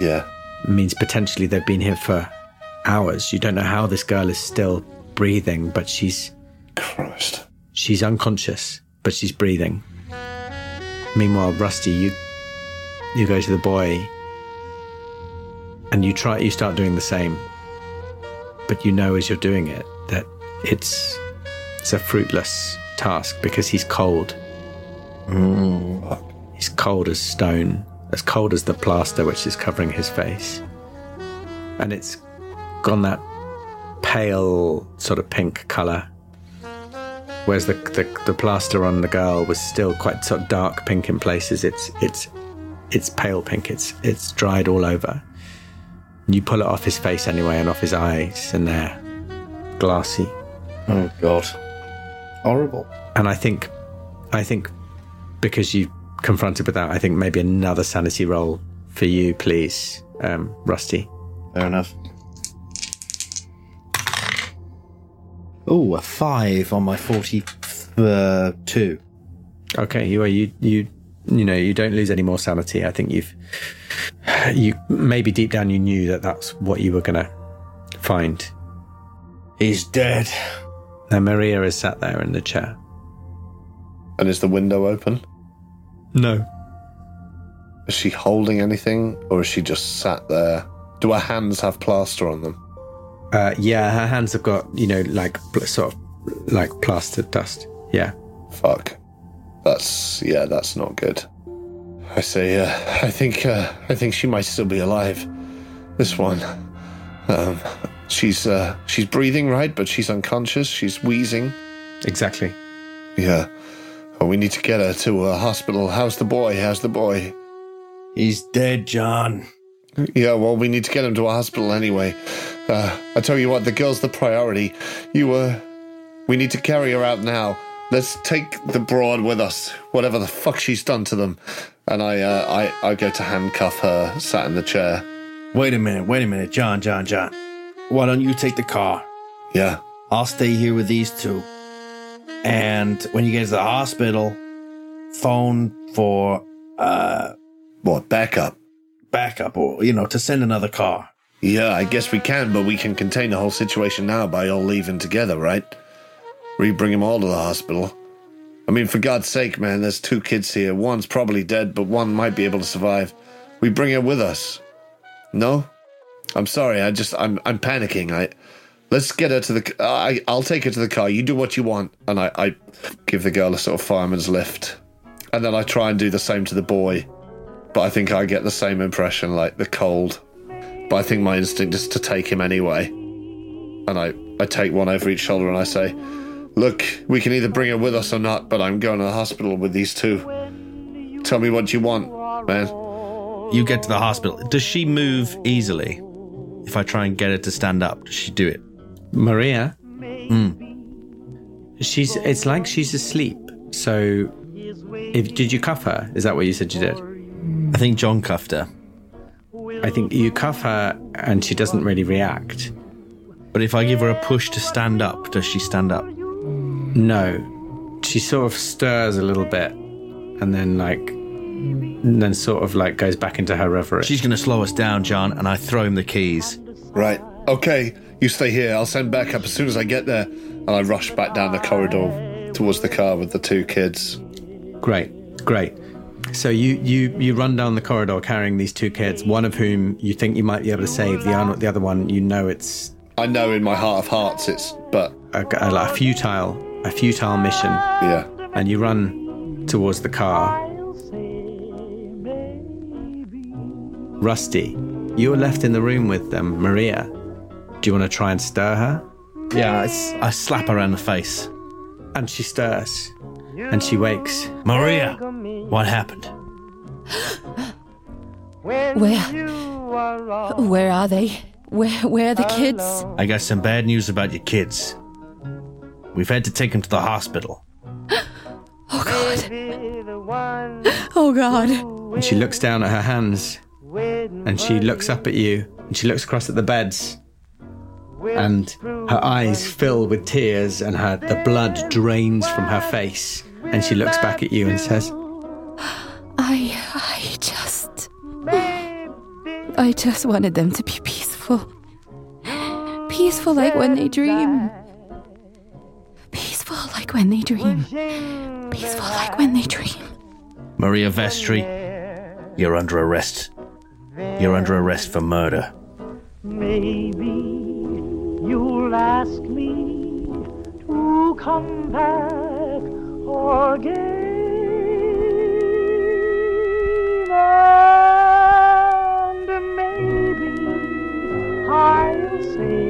Yeah.
means potentially they've been here for hours. You don't know how this girl is still breathing, but she's
Christ.
She's unconscious, but she's breathing. Meanwhile, Rusty, you you go to the boy and you try you start doing the same. But you know as you're doing it that it's it's a fruitless task because he's cold. He's cold as stone, as cold as the plaster which is covering his face. And it's gone that pale sort of pink colour. Whereas the, the the plaster on the girl was still quite sort of dark pink in places. It's it's it's pale pink. It's it's dried all over. You pull it off his face anyway and off his eyes, and they're glassy.
Oh God, horrible.
And I think, I think, because you confronted with that, I think maybe another sanity roll for you, please, um, Rusty.
Fair enough. Oh, a five on my
uh,
forty-two.
Okay, you are you you you know you don't lose any more sanity. I think you've you maybe deep down you knew that that's what you were gonna find.
He's dead.
Now Maria is sat there in the chair.
And is the window open?
No.
Is she holding anything, or is she just sat there? Do her hands have plaster on them?
Uh, yeah, her hands have got you know like pl- sort of like plastered dust. Yeah.
Fuck. That's yeah. That's not good. I say. Uh, I think. Uh, I think she might still be alive. This one. Um, she's uh, she's breathing right, but she's unconscious. She's wheezing.
Exactly.
Yeah. Oh, we need to get her to a hospital. How's the boy? How's the boy?
He's dead, John.
Yeah, well, we need to get him to a hospital anyway. Uh, I tell you what, the girl's the priority. You, uh, we need to carry her out now. Let's take the broad with us, whatever the fuck she's done to them. And I, uh, I, I go to handcuff her, sat in the chair.
Wait a minute, wait a minute, John, John, John. Why don't you take the car?
Yeah.
I'll stay here with these two. And when you get to the hospital, phone for uh
what backup.
Backup or you know, to send another car.
Yeah, I guess we can, but we can contain the whole situation now by all leaving together, right? We bring them all to the hospital. I mean, for God's sake, man, there's two kids here. One's probably dead, but one might be able to survive. We bring her with us. No? I'm sorry, I just, I'm, I'm panicking. I, let's get her to the, c- I, I'll take her to the car. You do what you want. And I, I give the girl a sort of fireman's lift. And then I try and do the same to the boy. But I think I get the same impression, like the cold but I think my instinct is to take him anyway. And I, I take one over each shoulder and I say, Look, we can either bring her with us or not, but I'm going to the hospital with these two. Tell me what you want, man.
You get to the hospital. Does she move easily? If I try and get her to stand up, does she do it?
Maria. She's. It's like she's asleep. So, if, did you cuff her? Is that what you said you did?
I think John cuffed her.
I think you cuff her, and she doesn't really react.
But if I give her a push to stand up, does she stand up?
No, she sort of stirs a little bit, and then like, and then sort of like goes back into her reverie.
She's gonna slow us down, John, and I throw him the keys.
Right. Okay, you stay here. I'll send back up as soon as I get there. And I rush back down the corridor towards the car with the two kids.
Great, great. So you you you run down the corridor carrying these two kids, one of whom you think you might be able to save, the, un- the other one you know it's
I know in my heart of hearts it's, but
a, a, like a futile, a futile mission.
Yeah.
And you run towards the car. Rusty, you were left in the room with um, Maria. Do you want to try and stir her?
Yeah, I, s- I slap her around the face.
And she stirs. And she wakes.
Maria, what happened?
Where? Where are they? Where? Where are the kids?
I got some bad news about your kids. We've had to take them to the hospital.
Oh God. Oh God.
And she looks down at her hands. And she looks up at you. And she looks across at the beds. And her eyes fill with tears and her the blood drains from her face. And she looks back at you and says,
I. I just. I just wanted them to be peaceful. Peaceful like when they dream. Peaceful like when they dream. Peaceful like when they dream.
Maria Vestry, you're under arrest. You're under arrest for murder.
Maybe you'll ask me to come back again. And maybe I'll say